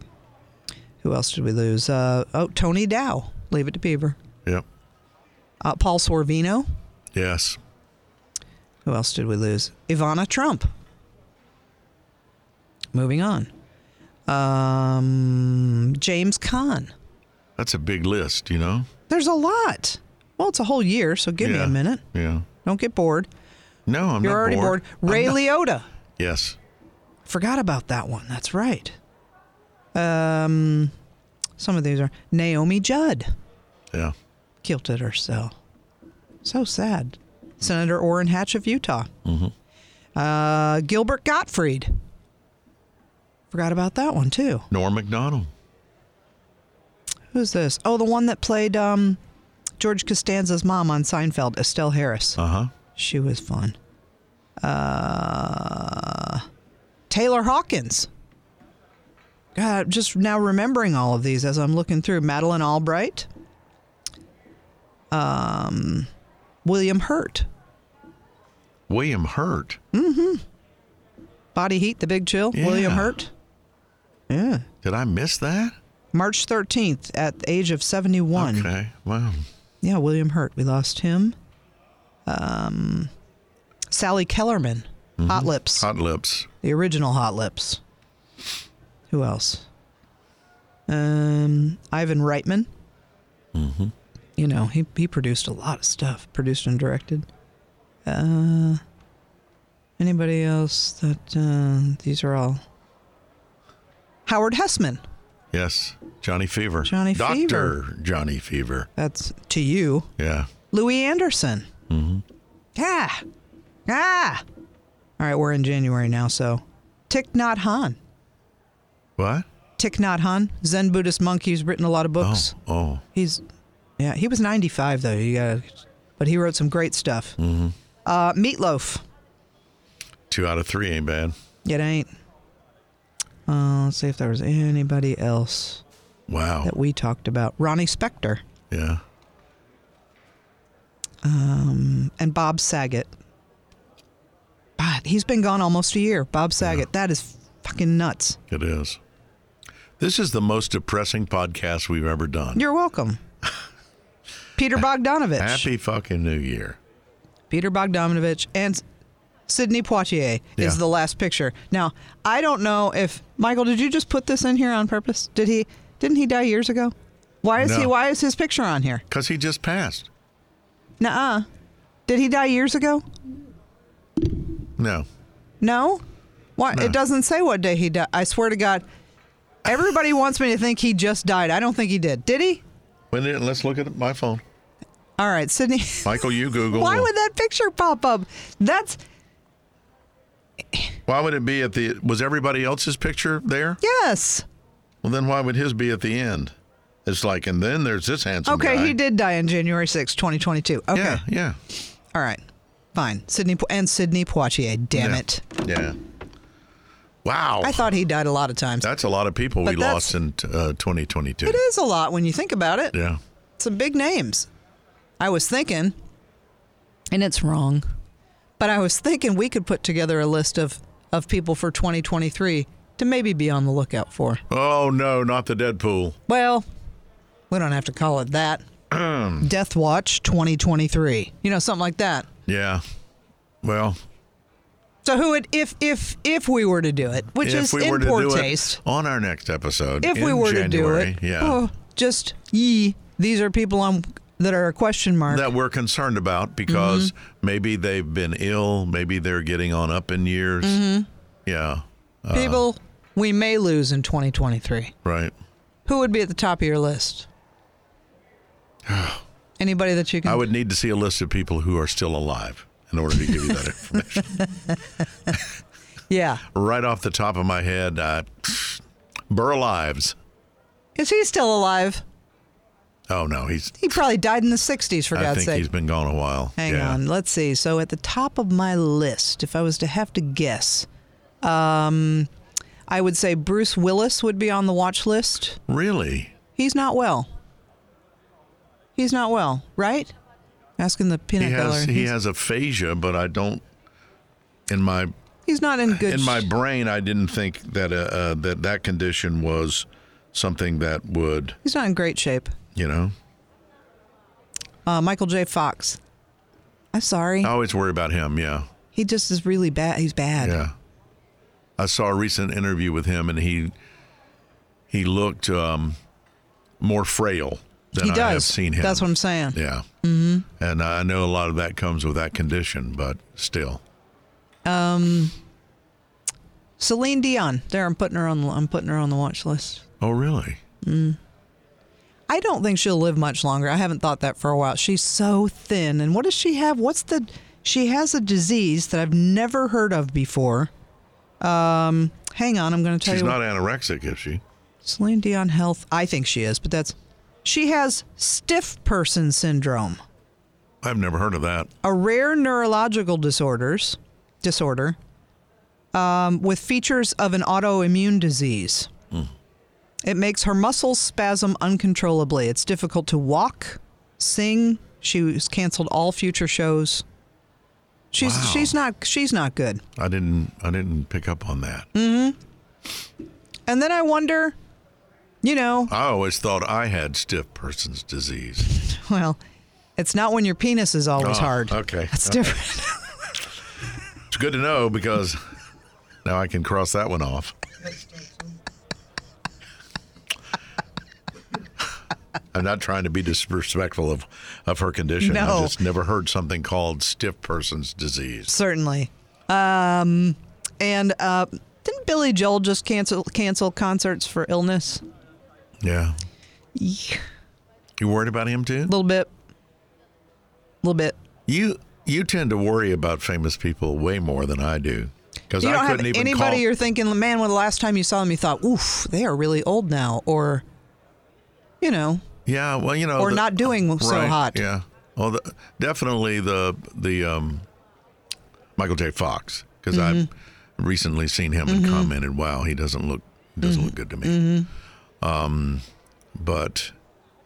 Who else did we lose? Uh, oh, Tony Dow, Leave It to Beaver.
yep,
Uh, Paul Sorvino.
yes,
Who else did we lose? Ivana Trump. Moving on. Um, James Kahn.
that's a big list, you know.
There's a lot. Well, it's a whole year, so give me
Yeah.
a minute.
Yeah,
Don't get bored.
no, I'm
You're
not
already bored.
bored.
Ray
I'm not-
Liotta
yes,
Forgot about that one. That's right. Um, some of these are Naomi Judd
Yeah.
guilted herself. So sad. Senator Orrin Hatch of Utah. Uh, Gilbert Gottfried. Forgot about that one too.
Norm McDonald.
Who's this? Oh, the one that played um, George Costanza's mom on Seinfeld, Estelle Harris.
Uh huh.
She was fun. Uh, Taylor Hawkins. God, I'm just now remembering all of these as I'm looking through. Madeline Albright. Um, William Hurt.
William Hurt.
Body Heat, The Big Chill. William
Yeah.
Hurt. Yeah.
Did I miss that?
March 13th at the age of 71.
Okay. Wow.
Yeah, William Hurt. We lost him. Um, Sally Kellerman.
Mm-hmm.
Hot Lips.
Hot lips.
The original Hot Lips. Who else? Um, Ivan Reitman. Mm-hmm. You know, he, he produced a lot of stuff, produced and directed. Uh, anybody else that, uh, these are all. Howard Hessman.
Yes. Johnny Fever.
Johnny
Doctor
Fever.
Johnny Fever.
That's to you.
Yeah.
Louis Anderson. Mm-hmm. Yeah. Ah. All right, we're in January now, so. Thich Nhat Hanh.
What?
Thich Nhat Hanh, Zen Buddhist monk. He's written a lot of books.
Oh. Oh.
He's, yeah, he was 95 though. You gotta, but he wrote some great stuff. Mm-hmm. Uh, Meatloaf.
Two out of three ain't bad.
It ain't. Uh, let's see if there was anybody else
Wow.
that we talked about. Ronnie Spector
Yeah.
and Bob Saget. God, he's been gone almost a year. Bob Saget. That is fucking nuts.
It is. This is the most depressing podcast we've ever done.
You're welcome. Peter Bogdanovich.
Happy fucking New Year.
Peter Bogdanovich and Sidney Poitier is
Yeah.
the last picture. Now, I don't know if Michael, did you just put this in here on purpose? Did he didn't he die years ago? Why is he
No.
why is his picture on here?
Because he just passed.
Nuh-uh. Did he die years ago?
No.
No? Why
No.
it doesn't say what day he died. I swear to God. Everybody wants me to think he just died. I don't think he did. Did he?
When did, let's look at my phone.
All right, Sidney.
Michael, you Google.
Why would that picture pop up? That's
Why would it be at the? Was everybody else's picture there?
yes.
Well, then why would his be at the end? It's like, and then there's this handsome
Okay,
guy.
he did die on January sixth, 2022. Okay.
Yeah, yeah,
All right. Fine. Sydney Po- and Sydney Poitier. Damn
Yeah.
it.
yeah. Wow,
I thought he died a lot of times.
that's a lot of people we
But that's-
lost in uh, 2022.
It is a lot when you think about it.
Yeah,
Some big names. I was thinking, and it's wrong, but I was thinking we could put together a list of, of people for 2023 to maybe be on the lookout for.
Oh no, not the Deadpool.
Well, we don't have to call it that. Death Watch 2023. You know, something like that.
Yeah. Well,
So who would if if if we were to do it, which
if
is
we
in
were to
poor
do
taste.
it on our next episode,
if
in
we were to
January,
do it,
yeah,
oh, just ye. These are people on that are a question mark.
that we're concerned about because
Mm-hmm.
maybe they've been ill, maybe they're getting on up in years.
Mm-hmm.
Yeah,
people we may lose in 2023.
right.
Who would be at the top of your list? Anybody that you can?
I would need to see a list of people who are still alive in order to give you that information.
Yeah,
right off the top of my head, uh, Burl Lives.
is he still alive?
Oh no, he's.
He probably died in the 60s, for
I
God's
think
sake.
he's been gone a while.
Hang
yeah.
on, let's see. So at the top of my list, if I was to have to guess, um, I would say Bruce Willis would be on the watch list.
Really?
He's not well. He's not well, right? Asking the peanut
He has
gallery.
he
he's,
has aphasia, but I don't. In my
he's not in good.
in my
sh-
brain, I didn't think that uh, uh, that that condition was something that would
he's not in great shape.
you know.
Uh, Michael J. Fox. I'm sorry.
I always worry about him. Yeah,
He just is really bad. He's bad.
yeah. I saw a recent interview with him, and he he looked um, more frail than
he
I
does.
have seen him.
That's what I'm saying.
Yeah. Mm-hmm. And I know a lot of that comes with that condition, but still.
Celine Dion. There, I'm putting her on. I'm putting her on the watch list.
Oh, really?
I don't think she'll live much longer. I haven't thought that for a while. She's so thin. And what does she have? What's the. She has a disease that I've never heard of before. Um, hang on. I'm going to tell
She's
you.
not anorexic, is she?
Celine Dion Health. I think she is, but that's. She has stiff person syndrome,
I've never heard of that.
a rare neurological disorders disorder um, with features of an autoimmune disease. It makes her muscles spasm uncontrollably. It's difficult to walk, sing. She was canceled all future shows. She's
Wow.
she's not she's not good.
I didn't. I didn't pick up on that.
Mm. And then I wonder, you know,
I always thought I had stiff person's disease.
well, it's not when your penis is always
Oh,
hard.
okay.
That's
Okay.
different.
It's good to know because now I can cross that one off. I'm not trying to be disrespectful of, of her condition. I
No.
just never heard something called stiff person's disease.
certainly. Um, and uh, didn't Billy Joel just cancel cancel concerts for illness?
Yeah.
Yeah.
You worried about him too?
A little bit, a little bit.
You you tend to worry about famous people way more than I do. Because
You don't
I
have
couldn't even
anybody
call
you're thinking, man, when the last time you saw them, you thought, oof, they are really old now, or you know,
Yeah, well, you know,
Or not doing so
right,
hot.
Yeah, well, the, definitely the the um, Michael J. Fox because
Mm-hmm.
I've recently seen him and commented, "Wow, he doesn't look doesn't
Mm-hmm.
look good to me." Um, but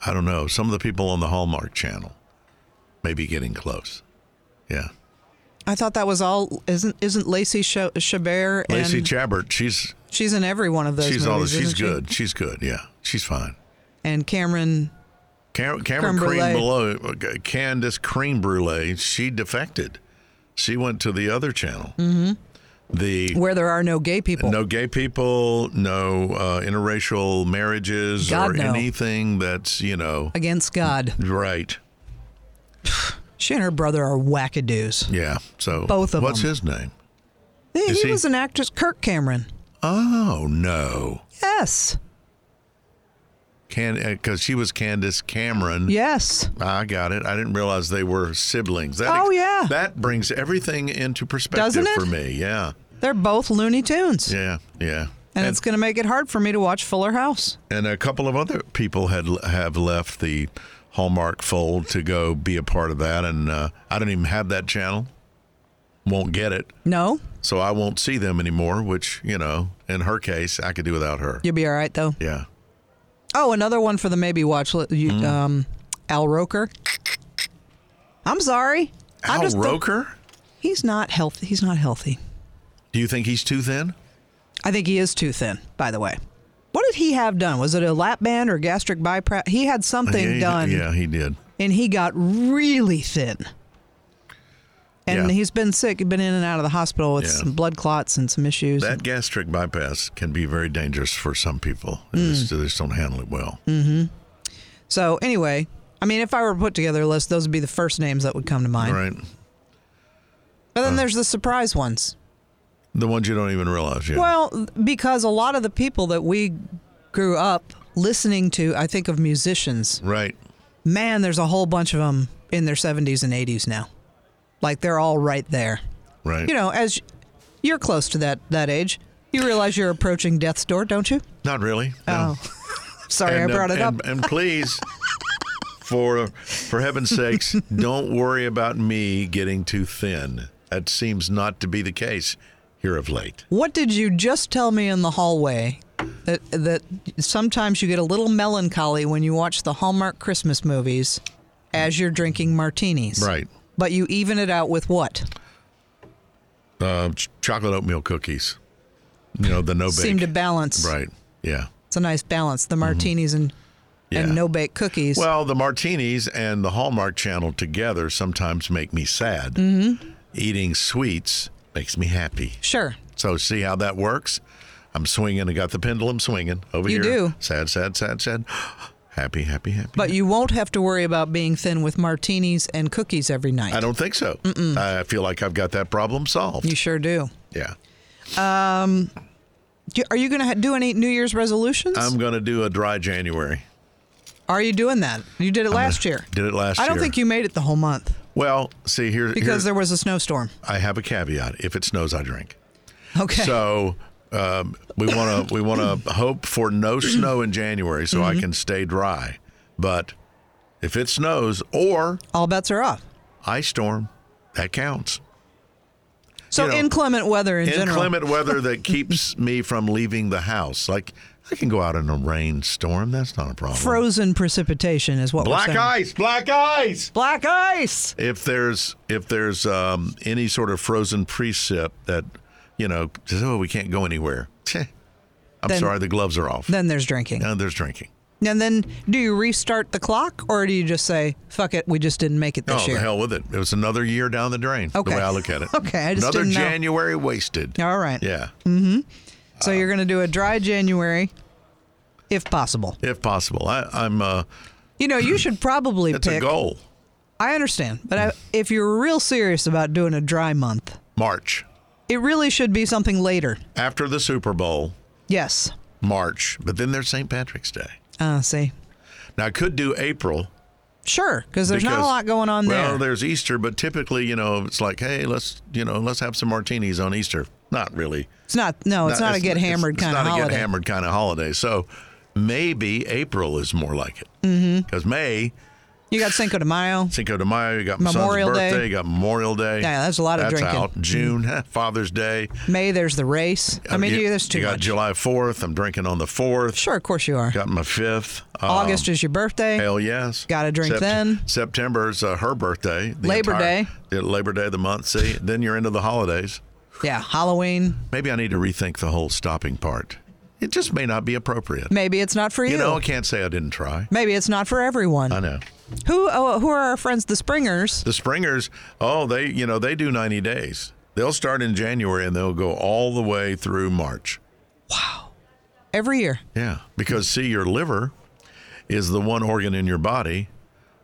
I don't know. Some of the people on the Hallmark Channel may be getting close. Yeah,
I thought that was all. Isn't isn't Lacey Cha- Chabert? And
Lacey Chabert, she's
she's in every one of those.
she's
movies,
all she's
isn't she?
good. She's good. Yeah, she's fine.
And Cameron,
Cam- Cameron
Creme brulee.
Cream Below, uh, Candace Cream Brulee, she defected. She went to the other channel. Mm-hmm. The
where there are no gay people.
no gay people, no uh, interracial marriages, or
God, no.
anything that's you know
Against God.
right.
She and her brother are wackadoos.
Yeah. So
Both of
what's
them.
his name?
Yeah,
Is
he,
he-
was an actress, Kirk Cameron.
Oh no,
Yes,
can because she was Candace Cameron.
yes.
I got it. I didn't realize they were siblings. That
Oh, yeah.
That brings everything into perspective
Doesn't it?
for me. Yeah.
They're both Looney Tunes,
Yeah. Yeah.
and, it's going to make it hard for me to watch Fuller House.
and a couple of other people had have left the Hallmark fold to go be a part of that, and uh, I don't even have that channel. Won't get it,
No,
so I won't see them anymore. Which you know, in her case, I could do without her.
you'll be all right though.
Yeah,
Oh, another one for the maybe watch. li- You,
Mm.
um, Al Roker. I'm sorry. I'm
Al
just the-
Roker.
he's not healthy. He's not healthy.
do you think he's too thin?
I think he is too thin. By the way, what did he have done? Was it a lap band or gastric bypass? He had something
yeah, he-
done,
Yeah, he did.
and he got really thin. And
Yeah.
he's been sick. He's been in and out of the hospital with
Yeah.
some blood clots and some issues.
That gastric bypass can be very dangerous for some people. They
Mm.
just- They just don't handle it well.
So anyway, I mean, if I were to put together a list, those would be the first names that would come to mind.
Right,
But then there's the surprise ones.
the ones you don't even realize. Yeah.
Well, because a lot of the people that we grew up listening to, I think of musicians.
right.
Man, there's a whole bunch of them in their 70s and 80s now. Like they're all right there.
Right.
You know, as you're close to that that age, you realize you're approaching death's door, don't you?
Not really. No.
Oh. Sorry,
and,
I
uh,
brought it
and-
up.
And please, for for heaven's sakes, don't worry about me getting too thin. That seems not to be the case here of late.
What did you just tell me in the hallway? That that sometimes you get a little melancholy when you watch the Hallmark Christmas movies as you're drinking martinis.
Right.
But you even it out with what?
Uh, ch- chocolate oatmeal cookies. You know the no bake.
Seem to balance.
Right. Yeah.
It's a nice balance. The martinis and
Yeah.
and no bake cookies.
Well, the martinis and the Hallmark Channel together sometimes make me sad. Mm-hmm. Eating sweets makes me happy.
sure.
So see how that works. I'm swinging. I got the pendulum swinging over
You
here.
do.
Sad, sad, sad, sad. Happy, happy, happy.
But you won't have to worry about being thin with martinis and cookies every night.
I don't think so. I feel like I've got that problem solved.
you sure do.
Yeah.
Do- Are you going to ha- do any New Year's resolutions?
I'm going to do a dry January.
Are you doing that? You did it last year.
Did it last
I don't
year.
think you made it the whole month
Well, see here,
because
here-
there was a snowstorm.
I have a caveat. If it snows, I drink.
Okay.
So um, we want to we want to hope for no snow in January so
Mm-hmm.
I can stay dry. But if it snows or
All bets are off.
ice storm, that counts.
So
you know,
inclement weather in general.
Inclement weather that keeps me from leaving the house. Like I can go out in a rainstorm. That's not a problem.
Frozen precipitation is what
black
we're saying.
ice, black ice.
Black ice.
if there's if there's um, any sort of frozen precip that you know says, oh we can't go anywhere. Tch. I'm
Then-
sorry, the gloves are off.
Then there's drinking.
and there's drinking.
And then do you restart the clock or do you just say, fuck it, we just didn't make it
Oh,
this year?
the hell with it! It was another year down the drain.
Okay.
The way I look at it.
Okay, I just
another
didn't know.
January wasted.
All right.
Yeah,
So you're going to do a dry January if possible.
if possible. I, I'm. Uh,
You know, you should probably
it's a
pick.
goal. Mm.
I understand, but I, if you're real serious about doing a dry month,
March
it really should be something later.
after the Super Bowl.
Yes.
March, but then there's St. Patrick's Day.
Uh, see.
Now I could do April.
Sure, because there's not a
because-
lot going on
well,
there.
there's Easter, but typically, you know, it's like, hey, let's you know, let's have some martinis on Easter. Not really.
It's not. No, it's not, a get hammered
it's
kind of
not
holiday.
a get hammered kind of holiday. So maybe April is more like it. Because mm-hmm. May
You got Cinco de Mayo.
Cinco de Mayo, you got
Memorial
my son's
Day.
birthday, you got Memorial Day.
Yeah, that's a lot of
That's
drinking.
out. June, Father's Day.
May there's the race. I mean,
you,
you, there's too
you got
much.
July Fourth. I'm drinking on the Fourth.
Sure, of course you are.
Got my fifth. Um,
August is your birthday.
Hell yes.
Gotta drink then.
September's uh, her birthday. the
Labor
entire-
Day.
The Labor Day of the month. See, then you're into the holidays.
Yeah, Halloween.
Maybe I need to rethink the whole stopping part. It just may not be appropriate.
Maybe it's not for you.
You know, I can't say I didn't try.
Maybe it's not for everyone.
I know.
Who oh, who are our friends, the Springers?
The Springers, oh, they, you know, they do 90 days. They'll start in January and they'll go all the way through March.
Every year,
Yeah, because see, your liver is the one organ in your body,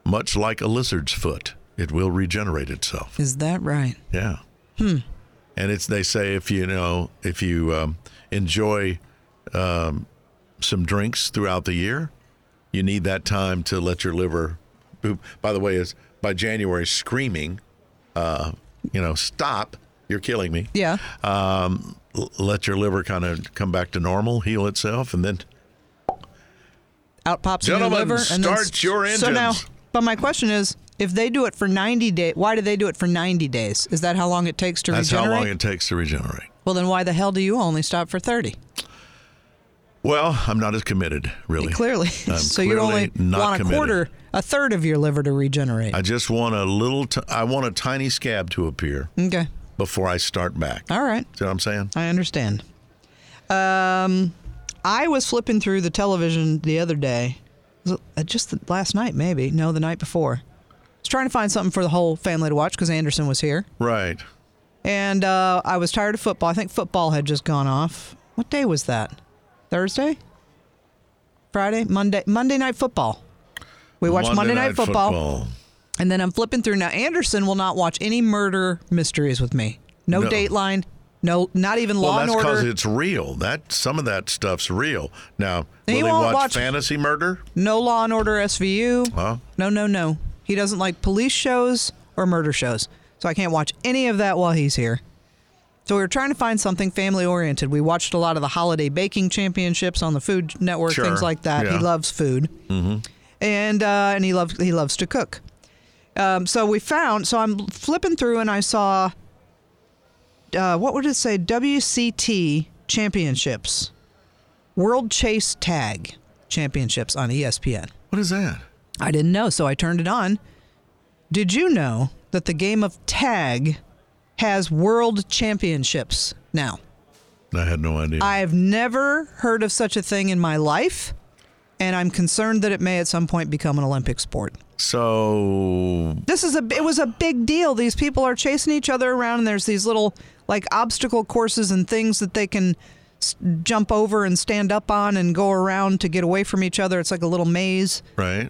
much like a lizard's foot. It will regenerate itself.
is that right?
Yeah. Hmm. And it's they say if you know if you um, enjoy um, some drinks throughout the year, you need that time to let your liver. Who, by the way, is by January screaming, uh, you know, stop! You're killing me.
Yeah.
Um, l- let your liver kind of come back to normal, heal itself, and then
Out pops a new
Gentlemen,
liver.
start your
So now,
engines.
but my question is, if they do it for 90 days, why do they do it for 90 days? Is that how long it takes to
that's
regenerate?
how long it takes to regenerate.
well, then why the hell do you only stop for 30?
Well, I'm not as committed, really.
Clearly.
I'm
so you only
clearly not
want a
committed.
quarter, a third of your liver to regenerate.
I just want a little. T- I want a tiny scab to appear.
okay.
before I start back.
All right.
See what I'm saying?
I understand. Um, I was flipping through the television the other day, Was it, uh, just the, last night, maybe. No, the night before. I was trying to find something for the whole family to watch because Anderson was here,
Right.
and uh, I was tired of football. I think football had just gone off. What day was that? Thursday, Friday, Monday, Monday night football. We watched Monday, night, football, and then I'm flipping through now. Anderson will not watch any murder mysteries with me. No,
No.
Dateline. No, not even
Well,
Law
that's
and Order.
because it's real. That some of that stuff's real. Now,
He
will he
won't
watch,
watch-
fantasy murder?
No Law and Order SVU.
Huh?
No, no, no. He doesn't like police shows or murder shows. So I can't watch any of that while he's here. So we were trying to find something family oriented. We watched a lot of the holiday baking championships on the Food Network,
Sure.
things like that. He
Yeah.
loves food, mm-hmm. and uh, and he loves he loves to cook. Um, so we found. So I'm flipping through, and I saw. Uh, what would it say? WCT championships, World Chase Tag championships on E ESPN.
What is that?
I didn't know, so I turned it on. Did you know that the game of tag has world championships now?
I had no idea.
I've never heard of such a thing in my life, and I'm concerned that it may at some point become an Olympic sport.
so
This is a it was a big deal. These people are chasing each other around, and there's these little like obstacle courses and things that they can s- jump over and stand up on and go around to get away from each other. It's like a little maze,
right,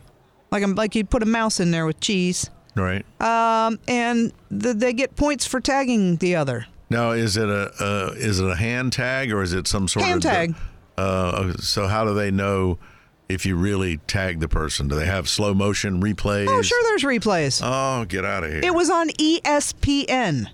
like I'm like you'd put a mouse in there with cheese.
right.
um, and th- they get points for tagging the other.
Now, is it a uh, is it a hand tag or is it some sort
Hand
of
tag.
Uh, so how do they know if you really tag the person? Do they have slow motion replays?
Oh, sure, there's replays.
Oh, get out of here.
it was on E ESPN.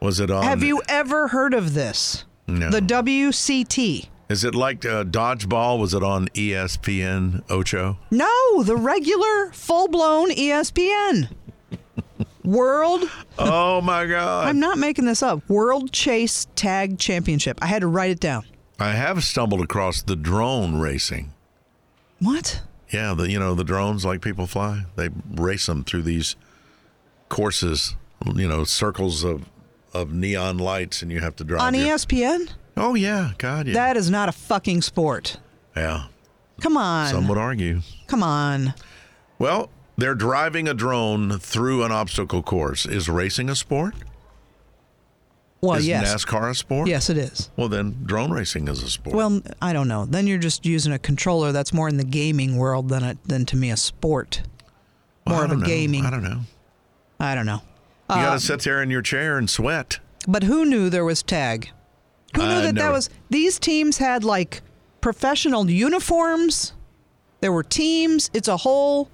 Was it on?
Have you ever heard of this?
Oh, No.
The WCT.
Is it like uh, dodgeball? Was it on E ESPN Ocho?
No, the regular E full blown ESPN. World,
Oh my God!
I'm not making this up. World Chase Tag Championship. I had to write it down.
I have stumbled across the drone racing.
What?
Yeah, the you know the drones like people fly. They race them through these courses, you know, circles of of neon lights, and you have to drive.
On E
your-
ESPN?
Oh yeah, God yeah.
That is not a fucking sport.
yeah,
Come on.
some would argue.
Come on.
Well, they're driving a drone through an obstacle course. Is racing a sport?
Well,
is
yes.
NASCAR a sport?
Yes, it is.
Well, then drone racing is a sport.
Well, I don't know. Then you're just using a controller that's more in the gaming world than a, than to me a sport.
Well, I
more of a
don't know.
gaming. uh,
I don't know.
I don't know.
You got to sit there in your chair and sweat.
But who knew there was tag? Who knew
I
that that
know.
was? These teams had like professional uniforms. There were teams. It's a whole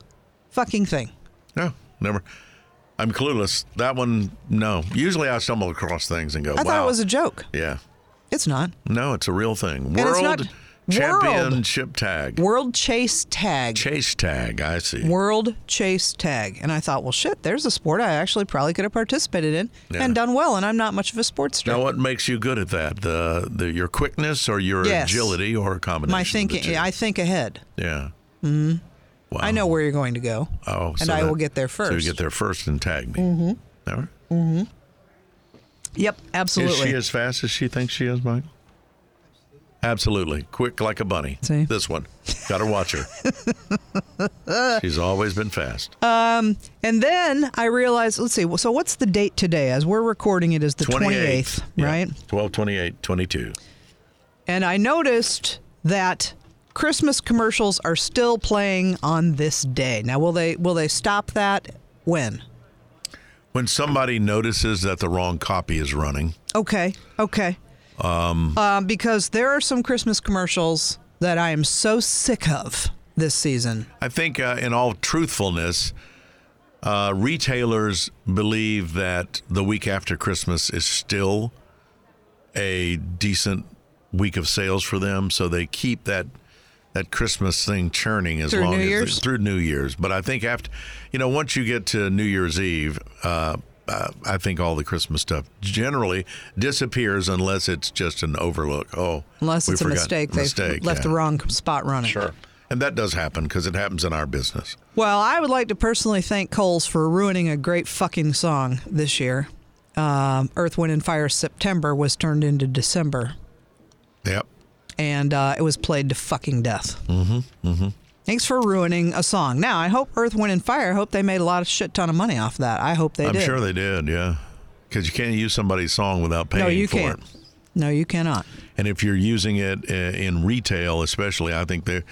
fucking thing.
No, never. I'm clueless. That one, no. Usually I stumble across things and go,
I
wow.
thought it was a joke.
yeah.
It's not.
No, it's a real thing.
it's
World
not-
championship tag.
World Chase Tag.
Chase tag, I see.
World Chase Tag. And I thought, well, shit, there's a sport I actually probably could have participated in
Yeah.
and done well. And I'm not much of a sportster.
now, what makes you good at that? The, the your quickness or your
Yes.
agility or a combination?
My
of the
thinking,
two?
I think ahead.
yeah. Mm-hmm. Wow.
I know where you're going to go.
Oh,
and
so
I
that-
will get there
So you
first.
get there first and tag me. Mm-hmm.
Yep, absolutely.
Is she as fast as she thinks she is, Michael? Absolutely. Quick like a bunny.
See?
This one. Got to watch her. She's always been fast.
Uh, And then I realized, let's see, well, so what's the date today? As we're recording it is the 28th, right?
12, 28, 22.
And I noticed that Christmas commercials are still playing on this day. Now will they will they stop that when?
When somebody notices that the wrong copy is running,
Okay. Okay. Um, because there are some Christmas commercials that I am so sick of this season.
I think uh, in all truthfulness, uh, retailers believe that the week after Christmas is still a decent week of sales for them, so they keep that that Christmas thing churning as
Through
long
New
as
Year's?
through New Year's. But I think after, you know, once you get to New Year's Eve, uh, uh, I think all the Christmas stuff generally disappears unless it's just an overlook. Oh,
Unless
we
it's a
forgot-
mistake,
mistake,
they've left
yeah.
the wrong spot running.
Sure. And that does happen because it happens in our business.
Well, I would like to personally thank Coles for ruining a great fucking song this year. Um, Earth, Wind, and Fire September was turned into December,
Yep.
and uh, it was played to fucking death. Mm-hmm. Mm-hmm. Thanks for ruining a song. Now, I hope Earth, Wind, and Fire, I hope they made a lot of shit ton of money off that. I hope they
I'm
did.
sure they did, yeah. Because you can't use somebody's song without paying
no, you
for
can't.
it.
No, you cannot.
And if you're using it uh, in retail, especially, I think there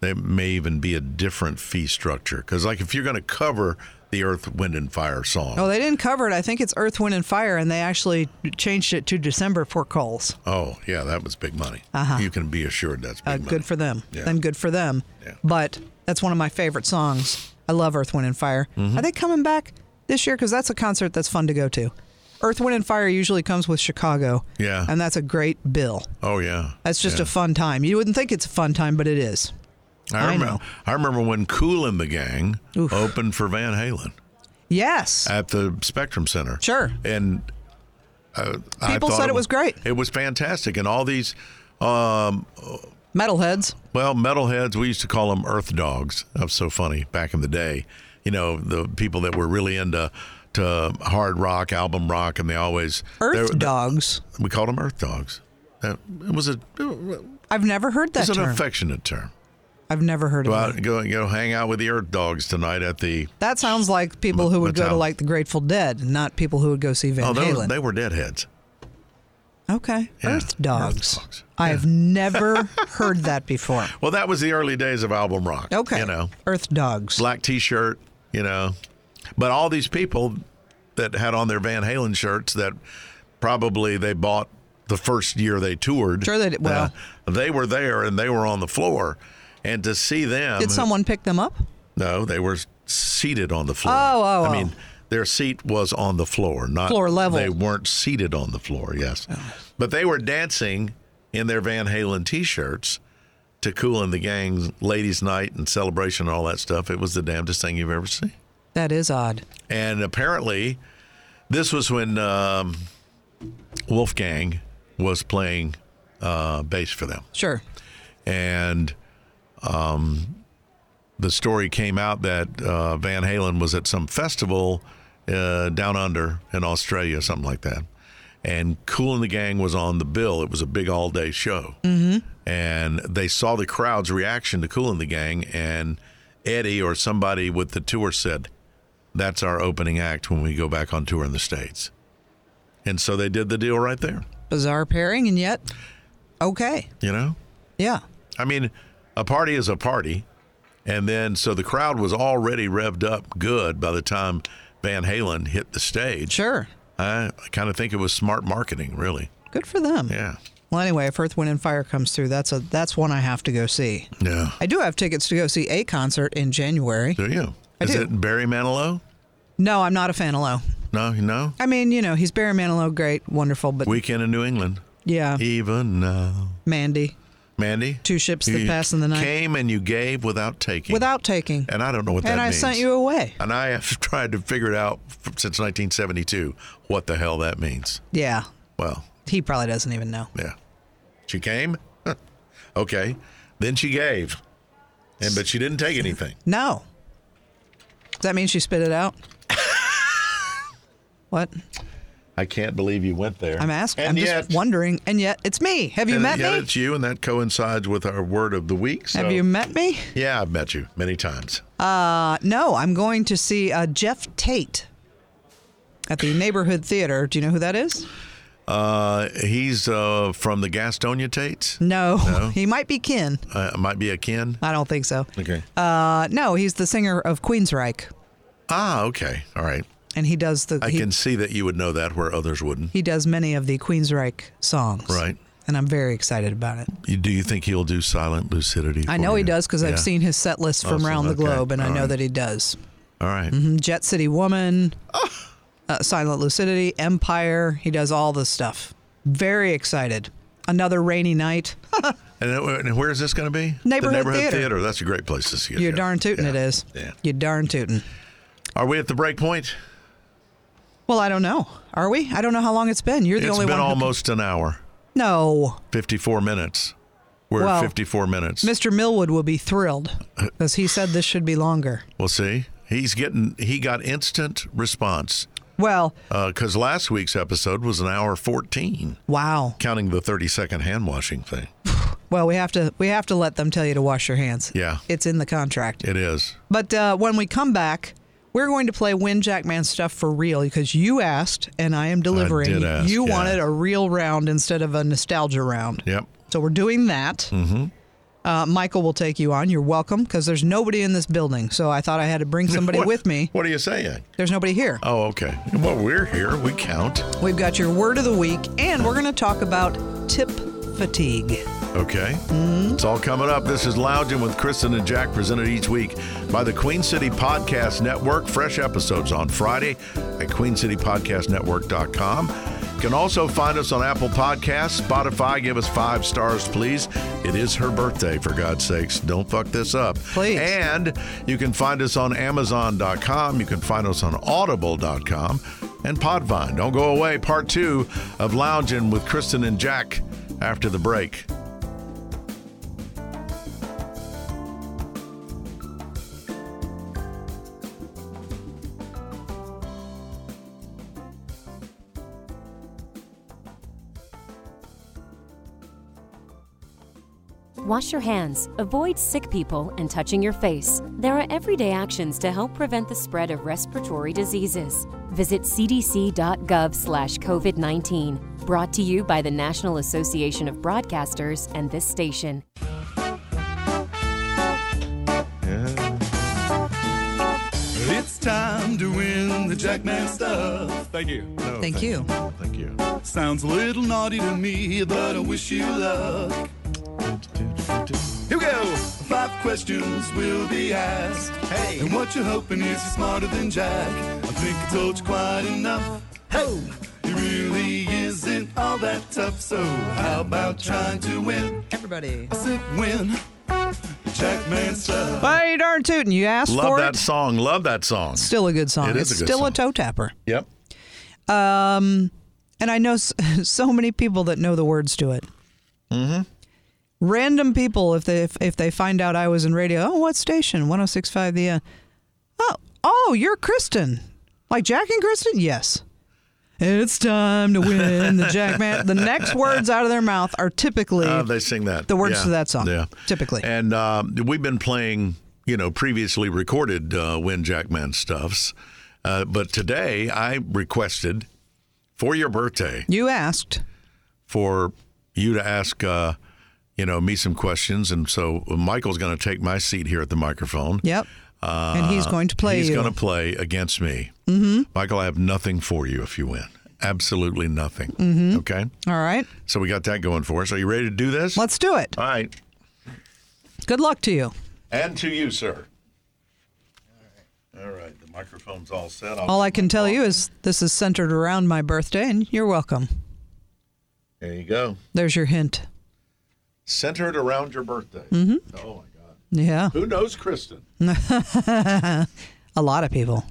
there may even be a different fee structure. Because like if you're going to cover the Earth, Wind, and Fire song,
Oh, they didn't cover it. I think it's Earth, Wind, and Fire, and they actually changed it to December for Coles.
oh yeah, that was big money. You can be assured that's big
uh,
money.
Uh-huh. good for them.
Yeah.
Then good for them.
Yeah.
But that's one of my favorite songs. I love Earth, Wind, and Fire.
Mm-hmm.
Are they coming back this year? Because that's a concert that's fun to go to. Earth, Wind, and Fire usually comes with Chicago.
Yeah.
And that's a great bill.
Oh yeah,
That's just
yeah.
a fun time. You wouldn't think it's a fun time, but it is.
I
I
remember,
know.
I remember when Cool and the Gang opened for Van Halen
Yes.
at the Spectrum Center.
Sure.
And uh, I
People
thought
said it was great.
It was fantastic, and all these. Um,
Metalheads.
Well, metalheads, we used to call them earth dogs. That was so funny back in the day. You know, the people that were really into to hard rock, album rock, and they always
Earth
they-
dogs.
We called them earth dogs. That it was a it
I've never heard that
was an
term.
affectionate term.
I've never heard
Go
of
out,
it.
go go hang out with the earth dogs tonight at the.
That sounds like people who would go to
Metallica.
like the Grateful Dead, not people who would go see Van
oh, they were,
Halen.
they were deadheads.
okay.
Yeah,
Earth
Earth
dogs.
dogs.
I've never heard that before.
Well, that was the early days of album rock.
Okay.
you know,
Earth dogs.
black T-shirt. You know, but all these people that had on their Van Halen shirts that probably they bought the first year they toured.
Sure they did. Well-
they were there and they were on the floor, and to see them.
Did someone pick them up?
No, they were seated on the floor.
Oh, oh,
I
oh.
mean, their seat was on the floor, not
Floor level. Oh.
They weren't seated on the floor. Yes, but they were dancing in their Van Halen T-shirts to Cool and the Gang's Ladies' Night and celebration and all that stuff. It was the damnedest thing you've ever seen.
That is odd.
And apparently, this was when um, Wolfgang was playing uh, bass for them
Sure.
and um, the story came out that uh, Van Halen was at some festival uh, down under in Australia, something like that. And Cool and the Gang was on the bill. It was a big all day show. Mm-hmm. And they saw the crowd's reaction to Cool and the Gang. And Eddie or somebody with the tour said, That's our opening act when we go back on tour in the States. And so they did the deal right there,
Bizarre pairing, and yet, okay.
you know?
Yeah.
I mean, a party is a party. And then, so the crowd was already revved up good by the time Van Halen hit the stage.
Sure.
I, I kind of think it was smart marketing, really.
Good for them.
Yeah.
Well, anyway, if Earth, Wind, and Fire comes through, that's a that's one I have to go see.
Yeah.
I do have tickets to go see a concert in January.
Do you?
I
is
do.
it Barry Manilow?
No, I'm not a fan of Low.
No, no.
I mean, you know, he's Barry Manilow, great, wonderful, but
Weekend in New England.
yeah,
Even now.
Mandy,
Mandy?
Two ships that
you
pass in the night.
Came and you gave without taking.
without taking,
And I don't know what that
and I
means.
sent you away.
And I have tried to figure it out f- since 1972 what the hell that means.
Yeah,
Well,
he probably doesn't even know.
Yeah. She came? Huh. Okay. Then she gave. And but she didn't take anything.
No. Does that mean she spit it out? what?
I can't believe you went there.
I'm asking.
And
I'm
yet,
just wondering. And yet, it's me. Have you
and
met
yet
me?
it's you, and that coincides with our word of the week. So.
Have you met me?
Yeah, I've met you many times.
Uh, no, I'm going to see uh, Jeff Tate at the Neighborhood Theater. Do you know who that is?
Uh, he's uh, from the Gastonia Tates.
No. he might be kin.
Uh, might be a kin.
I don't think so.
Okay.
Uh, no, he's the singer of Queensryche,
ah, okay. All right.
and he does the
I
he,
can see that you would know that where others wouldn't.
he does many of the Queensryche songs.
Right.
And I'm very excited about it.
You, do you think he'll do silent lucidity?
I
for
know he
you?
does because
Yeah.
I've seen his set list from
Awesome,
around the
okay,
globe, and I
all
know
right.
that he does.
All right.
Jet City Woman,
Ah.
uh, Silent Lucidity, Empire. He does all this stuff. Very excited. Another rainy night.
And, it- and where is this going to be?
Neighborhood
the neighborhood
Theater.
That's a great place to see it.
You're
yeah.
darn tootin'
Yeah.
it is.
Yeah.
You're darn tootin'.
Are we at the break point?
Well, I don't know. Are we? I don't know how long it's been. You're the
it's
only
been
one. who-
almost an hour,
No,
54 minutes. We're
Well,
at 54 minutes.
Mr. Millwood will be thrilled because he said this should be longer.
we'll see. He's getting. He got instant response
Well,
because last week's episode was an hour 14,
wow.
counting the 30 second hand washing thing.
Well, we have to we have to let them tell you to wash your hands.
Yeah.
it's in the contract.
It is.
But uh, when we come back, we're going to play Win Jackman stuff for real because you asked and I am delivering.
did ask,
you
yeah.
wanted a real round instead of a nostalgia round.
Yep.
So we're doing that. Mm-hmm. Uh, Michael will take you on. You're welcome because there's nobody in this building. So I thought I had to bring somebody
What-
with me.
What are you saying?
There's nobody here.
Oh, okay. Well, we're here. We count.
We've got your word of the week, and we're going to talk about tip fatigue.
Okay. It's all coming up. This is Lounging with Kristen and Jack, presented each week by the Queen City Podcast Network. Fresh episodes on Friday at queencitypodcastnetwork.com. You can also find us on Apple Podcasts, Spotify. Give us five stars, please. It is her birthday, for God's sakes. Don't fuck this up.
Please.
And you can find us on Amazon.com. You can find us on Audible.com and Podvine. Don't go away. Part two of Lounging with Kristen and Jack after the break.
Wash your hands, avoid sick people, and touching your face. There are everyday actions to help prevent the spread of respiratory diseases. Visit cdc.gov slash COVID-19. Brought to you by the National Association of Broadcasters and this station.
It's time to win the Jackman stuff. Thank you.
No,
Thank you.
Oh, Thank you.
Sounds a little naughty to me, but I wish you luck. Here we go. Five questions will be asked. Hey. And what you're hoping is you're smarter than Jack. I think I told you quite enough. Ho! It really isn't all that tough, so how about trying to win?
Everybody.
I said win. Jackman stuff.
Hey, darn tootin', you asked
Love
for
that
it.
song. Love that song.
Still a good song.
It is
it's
a good
still a
song.
toe tapper.
Yep.
Um, And I know s- so many people that know the words to it. Mm-hmm. Random people, if they if, if they find out I was in radio, oh, what station? 106.5 The. Uh, oh, oh, you're Kristen, like Jack and Kristen. Yes. It's time to win the Jack Man. The next words out of their mouth are typically
Uh, they sing that.
the words
Yeah.
to that song.
Yeah.
Typically.
And uh, we've been playing, you know, previously recorded uh, Win Jackman stuffs. Uh, but today I requested for your birthday
you asked.
for you to ask, uh, you know, me some questions. And so Michael's going to take my seat here at the microphone.
Yep.
Uh,
And he's going to play
He's
you.
going to play against me. Mm-hmm. Michael, I have nothing for you if you win. Absolutely nothing. Mm-hmm. Okay.
All right.
So we got that going for us. Are you ready to do this?
Let's do it.
All right.
Good luck to you.
And to you, sir. All right. The microphone's all set. I'll-
All I can tell you is this is centered around my birthday, and you're welcome.
There you go.
There's your hint.
Centered around your birthday. Mm-hmm. Oh, my God.
Yeah,
Who knows Kristen?
a lot of people.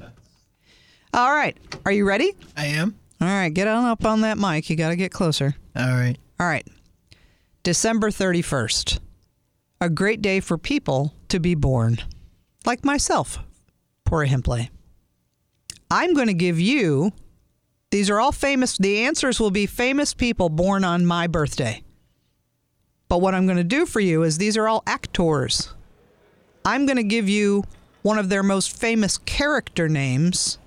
All right. Are you ready?
I am.
All right. Get on up on that mic. You got to get closer.
All right.
All right. December 31st. A great day for people to be born, like myself, poor Hempley. I'm going to give you these are all famous, the answers will be famous people born on my birthday. But what I'm going to do for you is these are all actors. I'm going to give you one of their most famous character names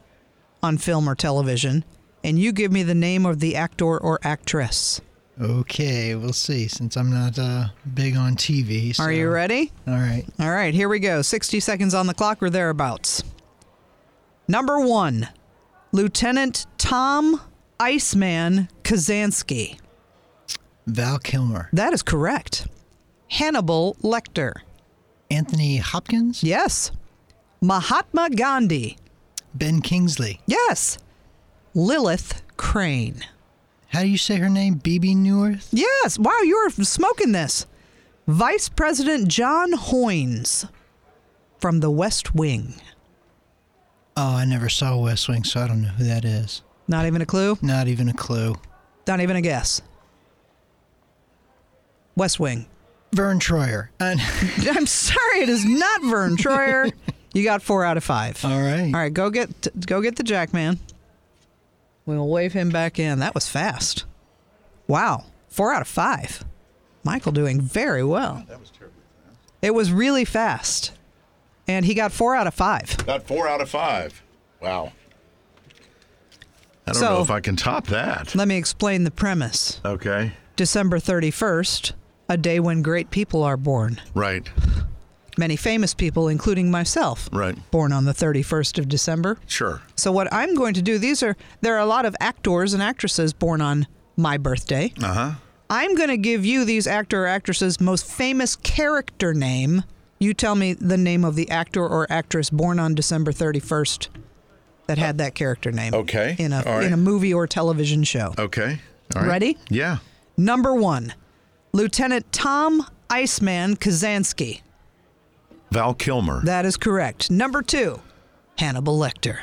on film or television, and you give me the name of the actor or actress.
Okay, we'll see. Since I'm not uh, big on TV.
Are you
so-
ready?
All right.
All right, here we go. 60 seconds on the clock or thereabouts. Number one, Lieutenant Tom Iceman Kazansky.
Val Kilmer,
That is correct. Hannibal Lecter.
Anthony Hopkins,
Yes. Mahatma Gandhi.
Ben Kingsley.
Yes. Lilith Crane.
How do you say her name? BB Newirth.
Yes. Wow, you're smoking this. Vice President John Hoynes from the West Wing.
Oh, I never saw West Wing, so I don't know who that is.
Not even a clue?
Not even a clue.
Not even a guess. West Wing.
Vern Troyer. I-
I'm sorry, it is not Vern Troyer. You got four out of five.
All right.
All right, go get go get the Jackman. We will wave him back in. That was fast. Wow, four out of five. Michael doing very well. That was terribly fast. It was really fast, and he got four out of five.
Got four out of five. Wow. I don't
So-
know if I can top that.
Let me explain the premise.
Okay.
December 31st, a day when great people are born.
Right.
Many famous people, including myself,
Right.
born on the 31st of December.
Sure.
So what I'm going to do, these are there are a lot of actors and actresses born on my birthday. Uh-huh. I'm going to give you these actor or actresses most famous character name. You tell me the name of the actor or actress born on December 31st that had that character name.
Okay.
In a
All right.
in a movie or television show.
Okay. All right.
Ready?
Yeah.
Number 1. Lieutenant Tom Iceman Kazansky.
Val Kilmer.
That is correct. Number 2. Hannibal Lecter.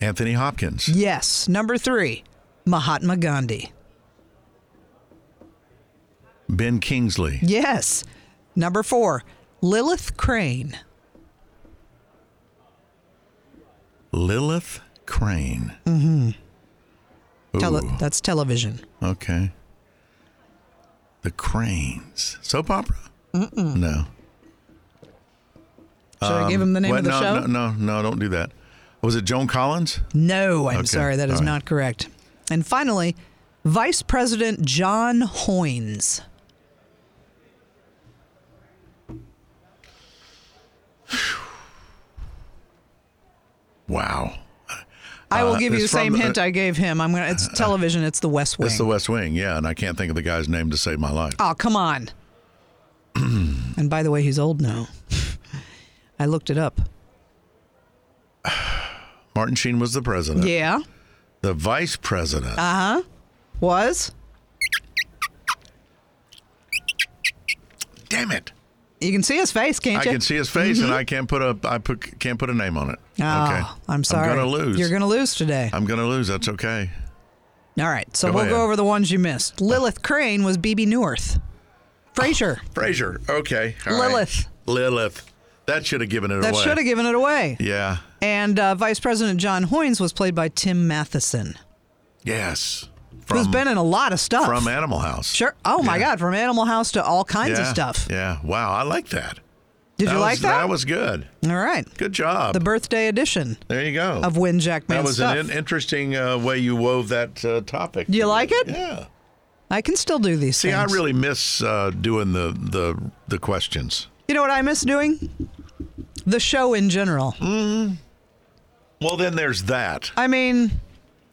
Anthony Hopkins.
Yes. Number 3. Mahatma Gandhi.
Ben Kingsley.
Yes. Number four, Lilith Crane.
Lilith Crane. Mm-hmm.
Tele- that's television.
Okay. The Cranes. Soap opera? Mm-mm. No.
Should I give him the name
Wait,
of the
Um, no,
show?
no, no, no, don't do that. Was it Joan Collins?
No, I'm
Okay,
sorry. That is
all right.
not correct. And finally, Vice President John Hoynes.
Wow.
I will
Uh,
give you
it's
the same
from the-
hint I gave him. I'm gonna. It's television. It's The West Wing.
It's The West Wing, yeah, and I can't think of the guy's name to save my life.
Oh, come on. and by the way, he's old now. I looked it up.
Martin Sheen was the president.
Yeah. Uh,
The vice president.
Was?
Damn it!
You can see his face, can't
I
you? Mm-hmm.
can see his face, and I can't put a I put, can't put a name on it.
Oh,
okay,
I'm sorry.
I'm gonna lose.
You're going to lose today.
I'm gonna lose. That's okay.
All right. So
Go
we'll
ahead. Uh,
go over the ones you missed. Lilith Crane was BB North. Frasier.
Frazier. Okay. all right.
Lilith.
Lilith. That should have given it
That
away.
should have given it away.
Yeah.
And uh, Vice President John Hoynes was played by Tim Matheson,
Yes.
who's been in a lot of stuff.
from Animal House.
Sure. Oh, my
Yeah.
God. From Animal House to all kinds of
Yeah,
stuff.
Yeah. Wow. I like that.
Did you
was-
like that?
That was good.
all right.
Good job.
The birthday edition
there you go.
of Win Jack Man
that was
stuff.
an in- interesting uh, way you wove that uh, topic.
You like it?
Yeah.
I can still do these
See,
things.
I really miss uh, doing the, the the questions.
You know what I miss doing? The show in general.
Hmm? Well, then there's that.
I mean,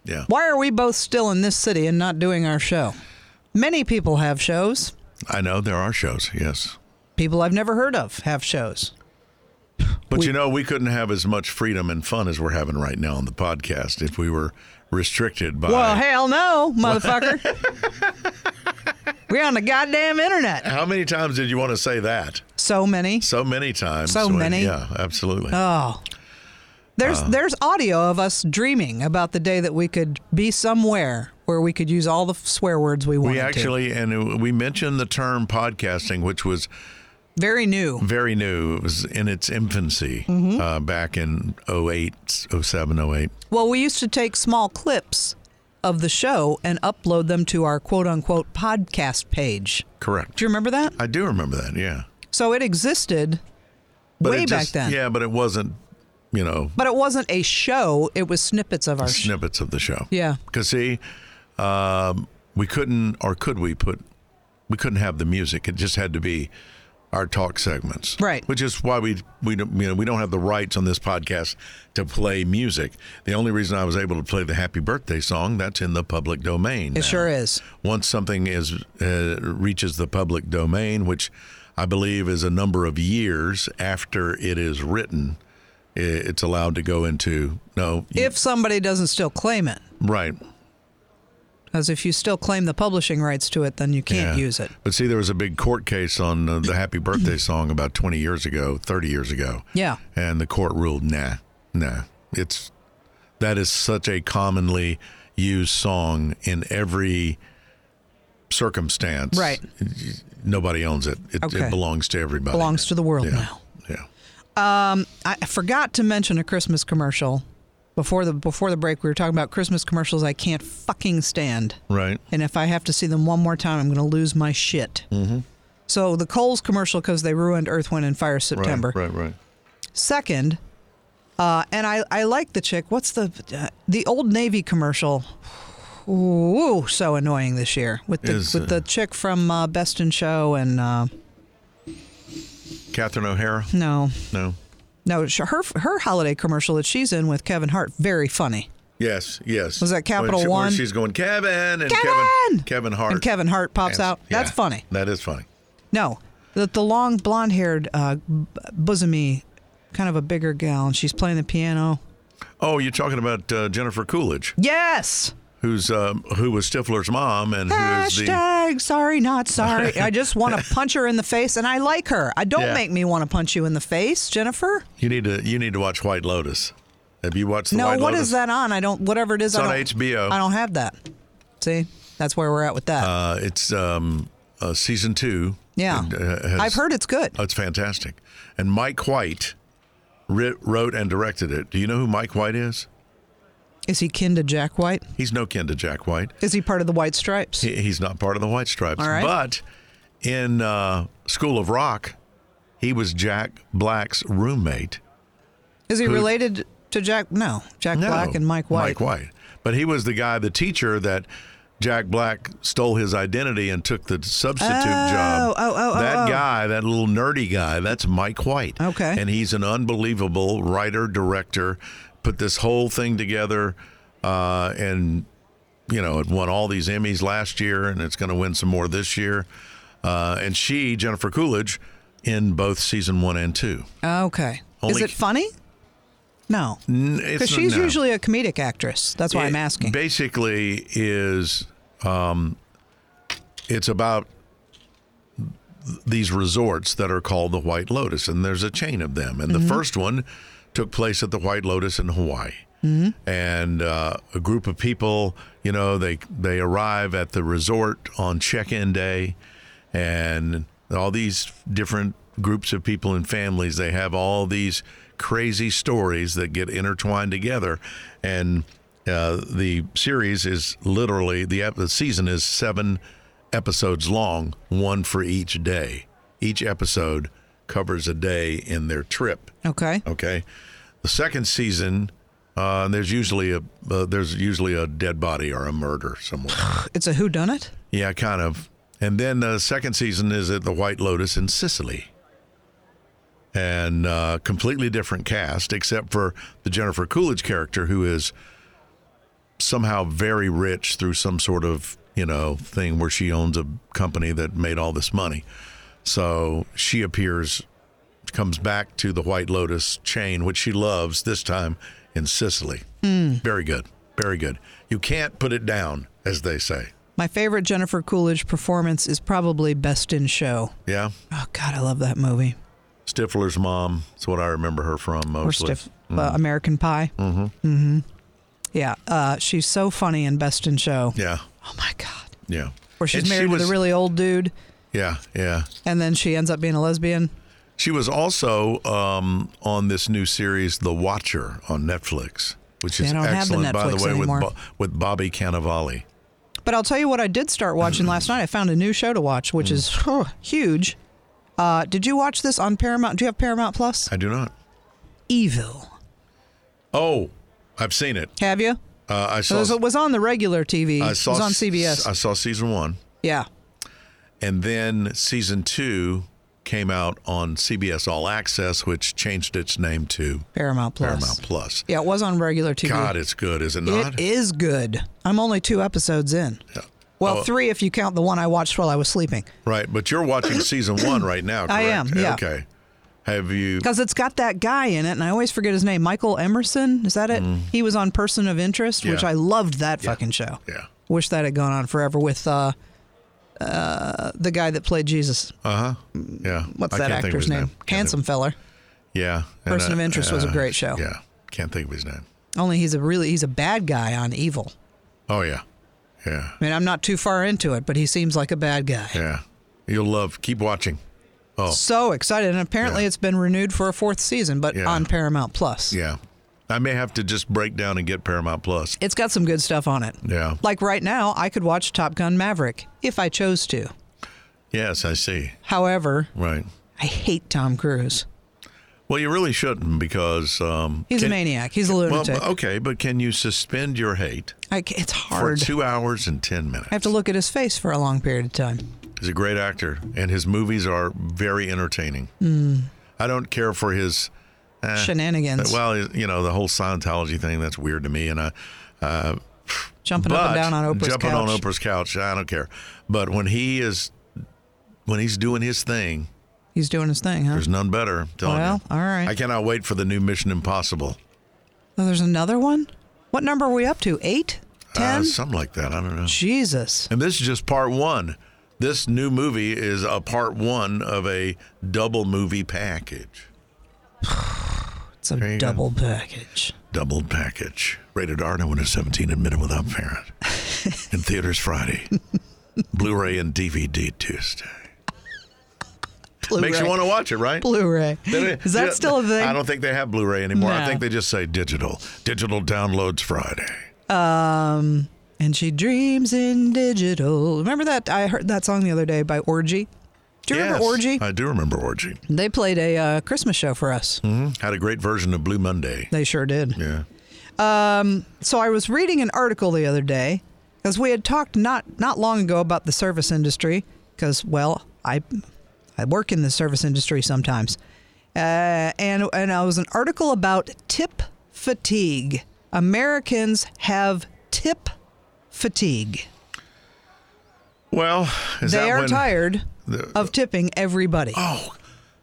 Yeah.
why are we both still in this city and not doing our show? Many people have shows.
I know there are shows. Yes.
People I've never heard of have shows.
But you know, we couldn't have as much freedom and fun as we're having right now on the podcast if we were restricted by
Well, hell no, motherfucker. We're on the goddamn internet.
How many times did you want to say that?
So many.
So many times.
So many.
Yeah, absolutely.
Oh. There's there's audio of us dreaming about the day that we could be somewhere where we could use all the swear words we wanted
we actually, and we mentioned the term podcasting, which was
to. Very new.
very new. It was in its infancy
Mm-hmm.
uh, back in 08, 07, 08.
Well, we used to take small clips of the show and upload them to our quote unquote podcast page.
Correct.
Do you remember that?
I do remember that, yeah.
So it existed way
it
back
just-
then.
Yeah, but it wasn't, you know,
But it wasn't a show, it was snippets of our show.
snippets of the show.
Yeah.
Because see, um, we couldn't, or could we put, we couldn't have the music. It just had to be our talk segments,
Right.
Which is why we we don't, you know we don't have the rights on this podcast to play music. The only reason I was able to play the Happy Birthday song that's in the public domain.
It sure is.
Once something is uh, reaches the public domain, which I believe is a number of years after it is written, i- it's allowed to go into no you-
If somebody doesn't still claim it,
right.
because if you still claim the publishing rights to it, then you can't
Yeah.
use it.
But see, there was a big court case on uh, the Happy Birthday song about 20 years ago, 30 years ago.
Yeah.
And the court ruled, nah, nah. It's that is such a commonly used song in every circumstance.
Right.
Nobody owns it. It,
Okay.
it belongs to everybody.
Belongs to the world
yeah.
now.
Yeah.
I I forgot to mention a Christmas commercial. Before the before the break, we were talking about Christmas commercials I can't fucking stand.
Right.
and if I have to see them one more time, I'm going to lose my shit. Mm-hmm. So the Coles commercial because they ruined Earth, Wind, and Fire September.
Right. Right. Right.
Second, uh, and I I like the chick. What's the uh, the Old Navy commercial? Ooh, so annoying this year with the
Is,
with
uh,
the chick from uh, Best in Show and uh,
Catherine O'Hara.
no
No.
no sh- her her holiday commercial that she's in with Kevin Hart very funny
Yes. Yes.
Was that Capital
When she- where
One?
she's going Kevin and
Kevin!
Kevin Kevin Hart
and Kevin Hart pops
Yes.
out. That's
Yeah.
funny.
That is funny.
No, the, the long blonde haired, uh, b- bosomy, kind of a bigger gal, and she's playing the piano.
Oh, you're talking about uh, Jennifer Coolidge,
Yes!
who's um, who was Stifler's mom and who is the
Hashtag sorry, not sorry. I just want to punch her in the face, and I like her. I don't
Yeah.
make me want to punch you in the face, Jennifer.
you need to you need to watch White Lotus. Have you watched the
no, what
White
is
Lotus?
that on? I don't. Whatever it is,
It's
I
on
don't,
HBO.
I don't have that. See, that's where we're at with that.
Uh, it's um, uh, season two.
yeah,
It, uh, has-
I've heard it's good.
Oh, it's fantastic. And Mike White writ, wrote and directed it. Do you know who Mike White is?
Is he kin to Jack White?
He's no kin to Jack White.
Is he part of the White Stripes?
He, he's not part of the White Stripes.
All right.
But in uh, School of Rock, he was Jack Black's roommate.
Is he
who-
related to Jack? No, Jack Black and Mike White.
Mike White. But he was the guy, the teacher that Jack Black stole his identity and took the substitute
Oh,
job.
oh, oh, oh, oh.
That guy, that little nerdy guy, that's Mike White.
Okay.
And he's an unbelievable writer, director, p- put this whole thing together, uh, and you know, it won all these Emmys last year, and it's going to win some more this year. Uh, and she, Jennifer Coolidge, in both season one and two.
Okay. Is
Only-
it funny? No.
N- it's
Because
not-
she's
no.
usually a comedic actress. That's why I'm
It
asking.
Basically, is um, it's about these resorts that are called the White Lotus, and there's a chain of them. And the first one took place at the White Lotus in Hawaii. And uh, a group of people, you know, they they arrive at the resort on check-in day, and all these different groups of people and families. They have all these crazy stories that get intertwined together, and uh, the series is literally the, ep- the season is seven episodes long, one for each day. Each episode covers a day in their trip.
okay.
Okay, the second season, uh, there's usually a uh, there's usually a dead body or a murder somewhere.
It's a who done it?
yeah, kind of. And then the second season is at the White Lotus in Sicily, and uh, completely different cast except for the Jennifer Coolidge character, who is somehow very rich through some sort of you know thing where she owns a company that made all this money. So she appears, comes back to the White Lotus chain, which she loves this time in Sicily. Very good. Very good. You can't put it down, as they say.
My favorite Jennifer Coolidge performance is probably Best in Show.
Yeah.
Oh God, I love that movie.
Stifler's mom. That's what I remember her from
Or
mostly.
stiff, uh, American Pie. Mm-hmm. Mm-hmm. Yeah, uh, she's so funny in Best in Show.
Yeah.
Oh my God.
Yeah.
Where she's
And she
married to
was-
the really old dude,
Yeah. Yeah.
and then she ends up being a lesbian.
She was also um, on this new series, The Watcher, on Netflix, which
See, I
is
don't have the
excellent, by the
Netflix
way,
anymore.
with Bo- with Bobby Cannavale.
But I'll tell you what I did start watching last night. I found a new show to watch,
Mm.
which is huh, huge. Uh, did you watch this on Paramount? Do you have Paramount Plus?
I do not.
Evil.
Oh, I've seen it.
Have you?
Uh, I
It
saw.
was, it was on the regular TV.
I
it
saw
was on
s-
CBS.
I saw season one,
yeah.
and then season two came out on CBS All Access, which changed its name to
Paramount Plus.
Paramount Plus.
Yeah, it was on regular TV.
God, it's good, is it not?
It is good. I'm only two episodes in. Well,
Oh.
three if you count the one I watched while I was sleeping,
Right, but you're watching season one right now. Correct?
I am, yeah.
Okay. Have you?
because it's got that guy in it, and I always forget his name. Michael Emerson, is that it? He was on Person of Interest, which
Mm. Yeah.
I loved that fucking show.
Yeah.
Wish that had gone on forever with uh, uh, the guy that played Jesus.
Uh huh. Yeah.
Mm, What's
I
that
can't think of
actor's
his
name?
Can't
Handsome
think-
feller.
Yeah. and
Person
I- uh,
of Interest was a great show.
Yeah. Can't think of his name.
Only he's a really he's a bad guy on Evil.
Oh yeah. Yeah.
I mean, I'm not too far into it, but he seems like a bad guy.
Yeah. You'll love. Keep watching.
So excited, and apparently
Oh. Yeah.
it's been renewed for a fourth season, but
Yeah.
on Paramount Plus.
Yeah. I may have to just break down and get Paramount Plus.
It's got some good stuff on it.
Yeah.
Like right now, I could watch Top Gun Maverick if I chose to.
Yes, I see.
However,
Right.
I hate Tom Cruise.
Well, you really shouldn't because um,
He's a
can-
maniac. He's a
Well,
lunatic.
okay, but can you suspend your hate
I ca- it's hard.
for two hours and ten minutes?
I have to look at his face for a long period of time.
He's a great actor, and his movies are very entertaining.
Hmm.
I don't care for his eh,
Shenanigans.
Well, you know the whole Scientology thing—that's weird to me. And I, uh,
Jumping
but
up and down on Oprah's
jumping
couch.
on Oprah's couch, I don't care. But when he is, when he's doing his thing,
He's doing his thing, huh?
there's none better. I'm telling
Well,
you.
all right.
I cannot wait for the new Mission Impossible.
Oh, there's another one? What number are we up to? Eight? Ten?
Uh, something like that. I don't know.
Jesus.
And this is just part one. This new movie is a part one of a double movie package.
It's a
There you go.
double package.
Double package. Rated R, no one is 17, admitted without parent. In theaters Friday. Blu ray and DVD Tuesday. Makes you want to watch it, right?
Blu-ray. Is that still a thing?
I don't think they have Blu ray anymore. I
No.
think they just say digital. Digital downloads Friday.
Um, and she dreams in digital. Remember that? I heard that song the other day by Orgy. Do you remember
Yes,
Orgy?
I do remember Orgy.
They played a uh, Christmas show for us.
hmm Had a great version of Blue Monday.
They sure did. Um,
Yeah.
So I was reading an article the other day because we had talked not not long ago about the service industry because well I I work in the service industry sometimes, uh, and and it was an article about tip fatigue. Americans have tip fatigue.
Well, is
they
that
are
when-
tired of tipping everybody.
Oh,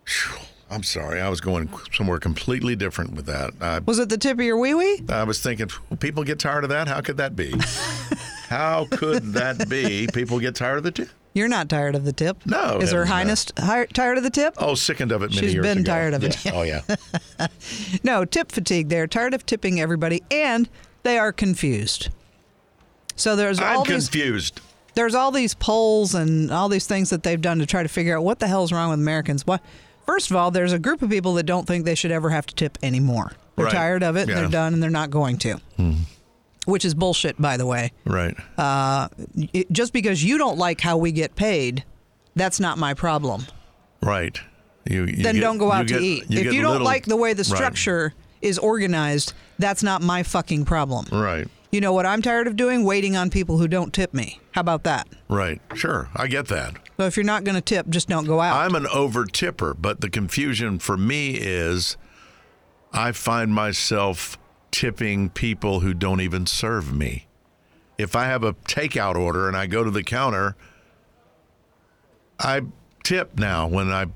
phew. I'm sorry. I was going somewhere completely different with that. I,
Was it the tip of your wee wee?
I was thinking, "Phew, people get tired of that. How could that be? How could that be? People get tired of the tip.
You're not tired of the tip.
No,
Is her
heavens no.
highness hi- tired of the tip?
Oh, sickened of it many
She's
years
been
ago.
tired of it.
Yeah. Oh, yeah.
No, tip fatigue. They're tired of tipping everybody and they are confused. So there's all
I'm
these
confused.
there's all these polls and all these things that they've done to try to figure out what the hell's wrong with Americans. Why? First of all, there's a group of people that don't think they should ever have to tip anymore. They're
Right.
tired of it.
Yeah. Hmm.
They're done, and they're not going to. Which is bullshit, by the way.
Right.
Uh, It- just because you don't like how we get paid, that's not my problem.
right. You, you
then
get-
don't go
you
out
get-
to eat.
you
if
get
you don't
little-
like the way the
Right.
structure is organized, that's not my fucking problem.
Right.
You know what I'm tired of doing? Waiting on people who don't tip me. How about that?
Right. Sure. I get that.
So if you're not going to tip, just don't go out.
I'm an over tipper, but the confusion for me is I find myself tipping people who don't even serve me. If I have a takeout order and I go to the counter, I tip now when I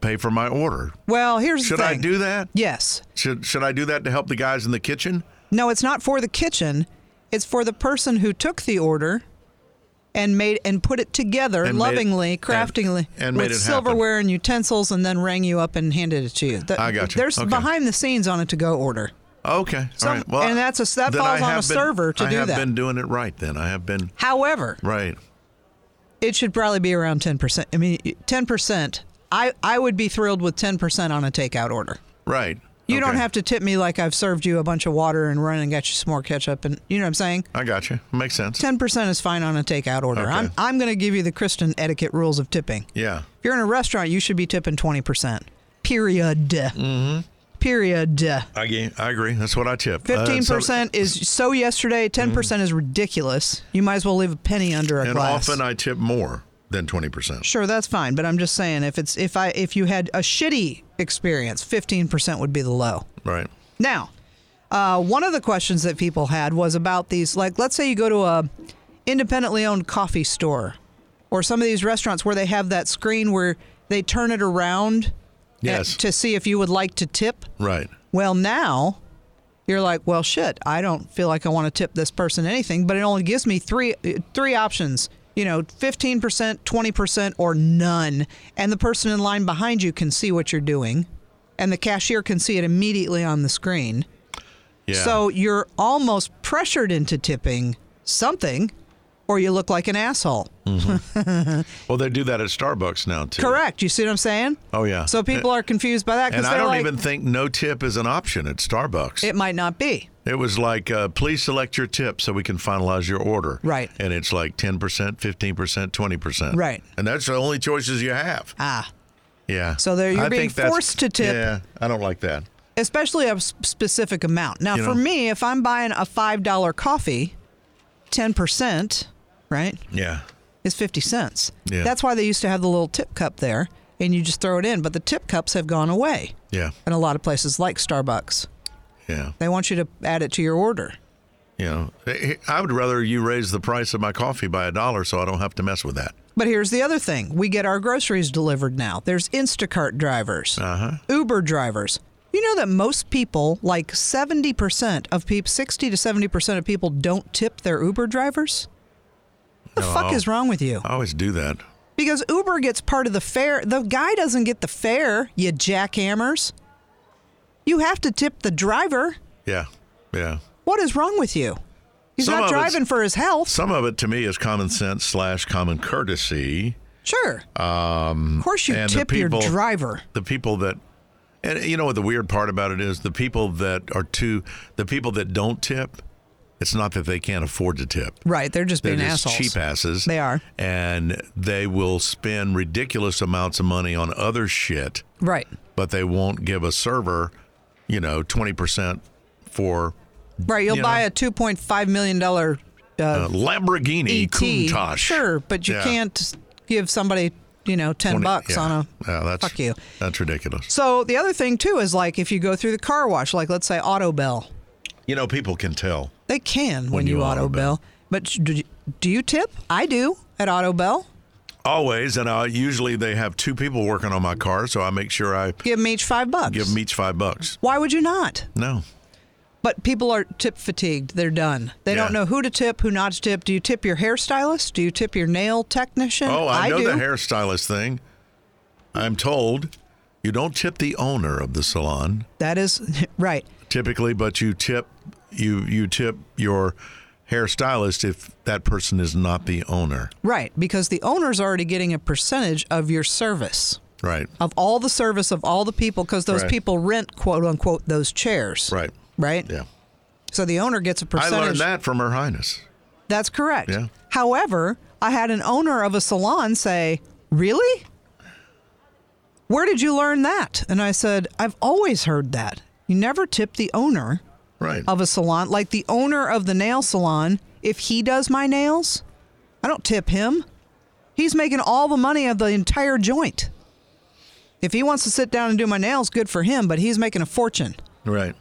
pay for my order.
well, here's
Should
the
I
thing.
do that?
Yes.
Should should I do that to help the guys in the kitchen?
No, it's not for the kitchen. It's for the person who took the order and made and put it together
And made it-
lovingly,
and-
craftingly
and made
with
it happen.
silverware and utensils, and then rang you up and handed it to you. That-
I got you.
There's
Okay.
behind the scenes on a to-go order.
Okay.
Some-
All right. Well,
and that's a- that
then
falls
I
on a
have been-
server to
I
do
have
that.
been doing it right. Then I have been
However,
right.
it should probably be around 10%. I mean, 10%. I, I would be thrilled with 10% on a takeout order.
Right.
You don't
Okay.
have to tip me like I've served you a bunch of water and run and got you some more ketchup. And you know what I'm saying?
I got you. Makes sense.
10% is fine on a takeout order.
Okay.
I'm, I'm going to give you the Kristen etiquette rules of tipping.
Yeah.
If you're in a restaurant, you should be tipping 20%. Period. Mm-hmm. Period.
I, ge- I agree. That's what I tip. Uh, so-
15% is so yesterday, 10% percent is ridiculous. You might as well leave a penny under a
Mm-hmm. and
glass.
often I tip more than 20%.
Sure, that's fine, but I'm just saying if it's if I if you had a shitty experience, 15% would be the low.
Right.
Now, uh, one of the questions that people had was about these like let's say you go to a independently owned coffee store or some of these restaurants where they have that screen where they turn it around
Yes.
to see if you would like to tip.
Right.
Well, now you're like, well, shit, I don't feel like I want to tip this person anything, but it only gives me three three options. You know, 15%, 20%, or none. And the person in line behind you can see what you're doing, and the cashier can see it immediately on the screen.
Yeah.
So you're almost pressured into tipping something, or you look like an asshole.
Hmm. well, they do that at Starbucks now too.
Correct. You see what I'm saying?
Oh, yeah.
So people are confused by that because
And
they're
I don't
like,
even think no tip is an option at Starbucks.
it
It,
might not be.
was like, uh, please select your tip so we can finalize your order.
Right.
And it's like 10%, 15%, 20%.
Right.
And that's the only choices you have.
Ah.
Yeah.
So there you're
I
being
think that's-
forced to tip.
Yeah. I don't like that.
especially a s- specific amount. Now,
You
for
know.
me, if I'm buying a five dollar coffee, ten percent, right,
Yeah.
is fifty cents.
Yeah.
That's why they used to have the little tip cup there, and you just throw it in. But the tip cups have gone away
Yeah.
in a lot of places, like Starbucks.
Yeah.
They want you to add it to your order.
You know, I would rather you raise the price of my coffee by a dollar so I don't have to mess with that.
But here's the other thing: we get our groceries delivered now. There's Instacart drivers,
Uh-huh.
Uber drivers. You know that most people, like 70% of people, 60 to 70% of people don't tip their Uber drivers? The fuck is wrong with you?
I always do that.
Because Uber gets part of the fare. The guy doesn't get the fare, you jackhammers. You have to tip the driver.
Yeah. Yeah.
What is wrong with you? He's
Some
not
of it's-
driving for his health.
Some of it to me is common sense slash common courtesy.
sure. of course you
Um, and the
tip
people-
your driver.
The people that, and you know what the weird part about it is? The people that are too, the people that don't tip, it's not that they can't afford to tip.
Right, they're just
They're
being
just
assholes.
cheap asses.
They are.
And they will spend ridiculous amounts of money on other shit,
Right.
but they won't give a server, you know, 20% for
Right, you'll
you
buy
know?
a two point five million dollar
a Uh, Lamborghini
ET.
E Countach.
E Sure, but you
Yeah.
can't give somebody you know ten
Twenty-
bucks
yeah.
on a
Yeah, that's,
fuck you.
That's ridiculous.
So the other thing too is like if you go through the car wash, like let's say Auto Bell,
You know, people can tell.
They can when, you, auto bill. But sh- do you, do you tip? I do at Auto Bell.
Always, and I usually they have two people working on my car, so I make sure I
Give them each five bucks.
give them each five bucks.
Why would you not?
No,
But people are tip fatigued. They're done. They don't
Yeah.
know who to tip, who not to tip. Do you tip your hairstylist? Do you tip your nail technician?
oh, I, know
do.
the hairstylist thing. I'm told you don't tip the owner of the salon
that is right.
typically, but you tip you you tip your hairstylist if that person is not the owner.
Right, because the owner's already getting a percentage of your service,
Right.
of all the service of all the people, because those
Right.
people rent, quote unquote, those chairs.
Right.
Right?
Yeah.
So the owner gets a
I
percentage.
learned that from Her Highness.
That's correct.
Yeah.
However, I had an owner of a salon say, Really? Where did you learn that? And I said, I've always heard that. You never tip the owner
Right.
of a salon. Like the owner of the nail salon, if he does my nails, I don't tip him. He's making all the money of the entire joint. If he wants to sit down and do my nails, good for him, but he's making a fortune.
Right.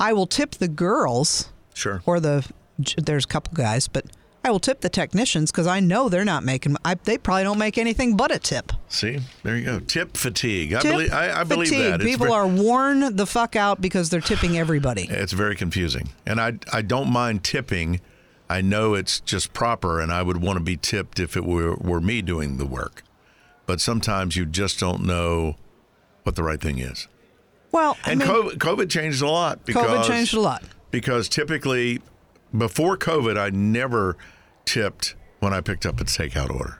I will tip the girls
Sure.
or the there's a couple guys, but I will tip the technicians because I know they're not making. I, they probably don't make anything but a tip.
See, there you go. Tip fatigue. I
Tip
believe. I, I believe
fatigue.
that. It's
people
ver-
are worn the fuck out because they're tipping everybody.
It's very confusing, and I I don't mind tipping. I know it's just proper, and I would want to be tipped if it were were me doing the work. But sometimes you just don't know what the right thing is.
Well, I
And
mean,
COVID, COVID changed a lot because
COVID changed a lot.
Because typically, before COVID, I never tipped when I picked up a takeout order.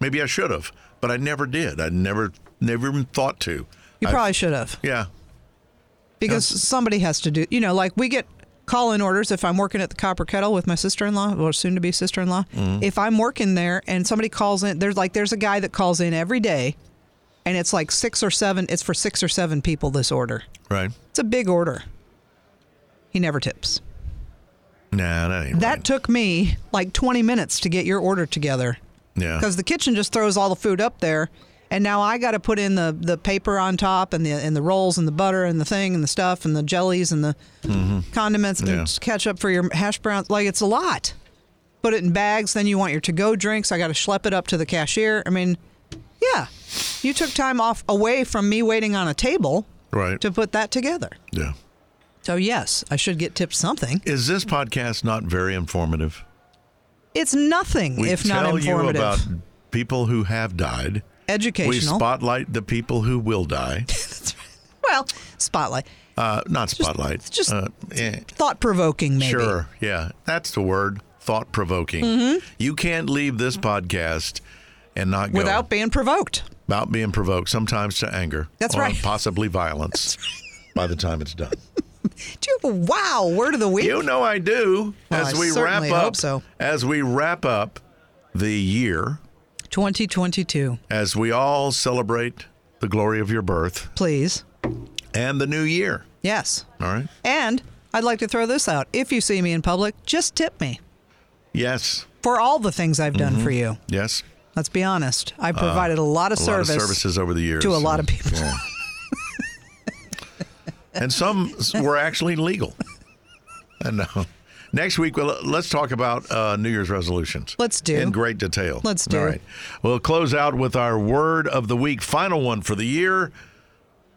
Maybe I should have, but I never did. I never never even thought to.
You
I-
probably should have
yeah.
because somebody has to do. You know, like we get call in orders if I'm working at the Copper Kettle with my sister in law or soon to be sister in law.
Mm-hmm.
If I'm working there and somebody calls in, there's like there's a guy that calls in every day, and it's like six or seven. It's for six or seven people. This order.
Right.
It's a big order. He never tips.
Nah, that ain't
That
right.
took me like 20 minutes to get your order together
yeah.
because the kitchen just throws all the food up there. And now I got to put in the, the paper on top and the and the rolls and the butter and the thing and the stuff and the jellies and the condiments and
Mm-hmm. Yeah.
ketchup for your hash browns. Like it's a lot. Put it in bags. Then you want your to go drinks. I got to schlep it up to the cashier. I mean, yeah, you took time off away from me waiting on a table
Right.
to put that together.
yeah.
So yes, I should get tipped something.
Is this podcast not very informative?
It's nothing
We
if
tell
not
you
informative.
about people who have died. We
Educational.
spotlight the people who will die.
well, spotlight.
Uh, not spotlight.
just-
uh, eh,
Thought provoking maybe.
Sure. Yeah. That's the word. Thought provoking.
Mm-hmm.
You can't leave this podcast and not go
Without being provoked.
about being provoked, sometimes to anger.
That's
or
right.
Possibly violence by the time it's done.
Do you have a wow word of the week?
You know I do.
Well,
as
I
we wrap
certainly
up
hope so.
as we wrap up the year,
2022.
as we all celebrate the glory of your birth
Please.
and the new year.
Yes.
All right.
And I'd like to throw this out. If you see me in public, just tip me
Yes.
for all the things I've done for you.
Yes.
Let's be honest. I provided a lot of
Mm-hmm. Uh, A
service.
lot of services over the years
to a lot of people.
Yeah. and some s- were actually legal. I know. Next week, we'll, let's talk about uh, New Year's resolutions.
Let's do.
In great detail.
Let's do.
All right. We'll close out with our word of the week, final one for the year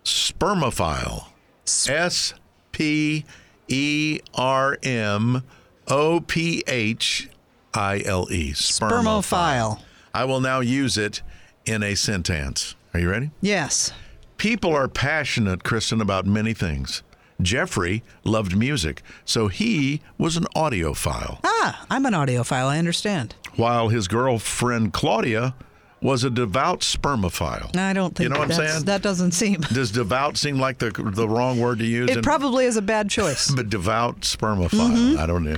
spermophile. S P E R M O P H I L E.
Spermophile.
I will now use it in a sentence. Are you ready?
Yes.
People are passionate, Kristen, about many things. Jeffrey loved music, so he was an audiophile,
Ah, I'm an audiophile. I understand.
while his girlfriend Claudia was a devout spermophile.
I don't think
You know what I'm
that's-
saying?
that doesn't seem.
Does devout seem like the the wrong word to use?
It
And-
probably is a bad choice.
but devout spermophile.
Mm-hmm.
I don't know.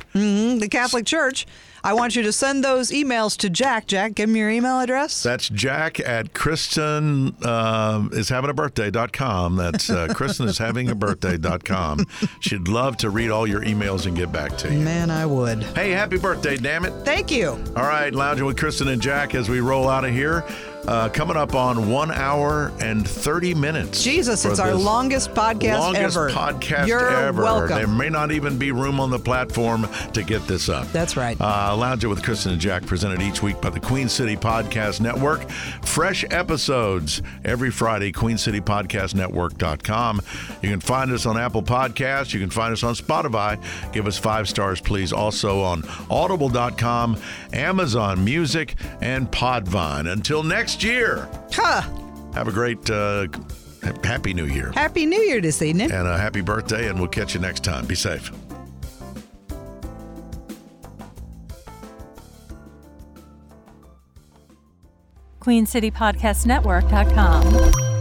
the Catholic Church. I want you to send those emails to Jack. Jack, give him your email address.
That's Jack at Kristen uh, is having a birthday.com. That's uh, Kristen is having a birthday.com. She'd love to read all your emails and get back to you.
Man, I would.
Hey, happy birthday, damn it.
Thank you.
All right, lounging with Kristen and Jack as we roll out of here. Uh, coming up on one hour and 30 minutes.
Jesus,
for
it's our
this
longest podcast
longest
ever.
podcast
You're
ever.
welcome.
There may not even be room on the platform to get this up.
That's right.
Uh, Lounge It with Kristen and Jack, presented each week by the Queen City Podcast Network. Fresh episodes every Friday, queencitypodcastnetwork.com. You can find us on Apple Podcasts. You can find us on Spotify. Give us five stars, please. Also on audible.com, Amazon Music, and Podvine. Until next year,
Huh.
have a great, uh, happy new year.
Happy New Year this evening.
And a happy birthday, and we'll catch you next time. Be safe.
QueenCityPodcastNetwork.com.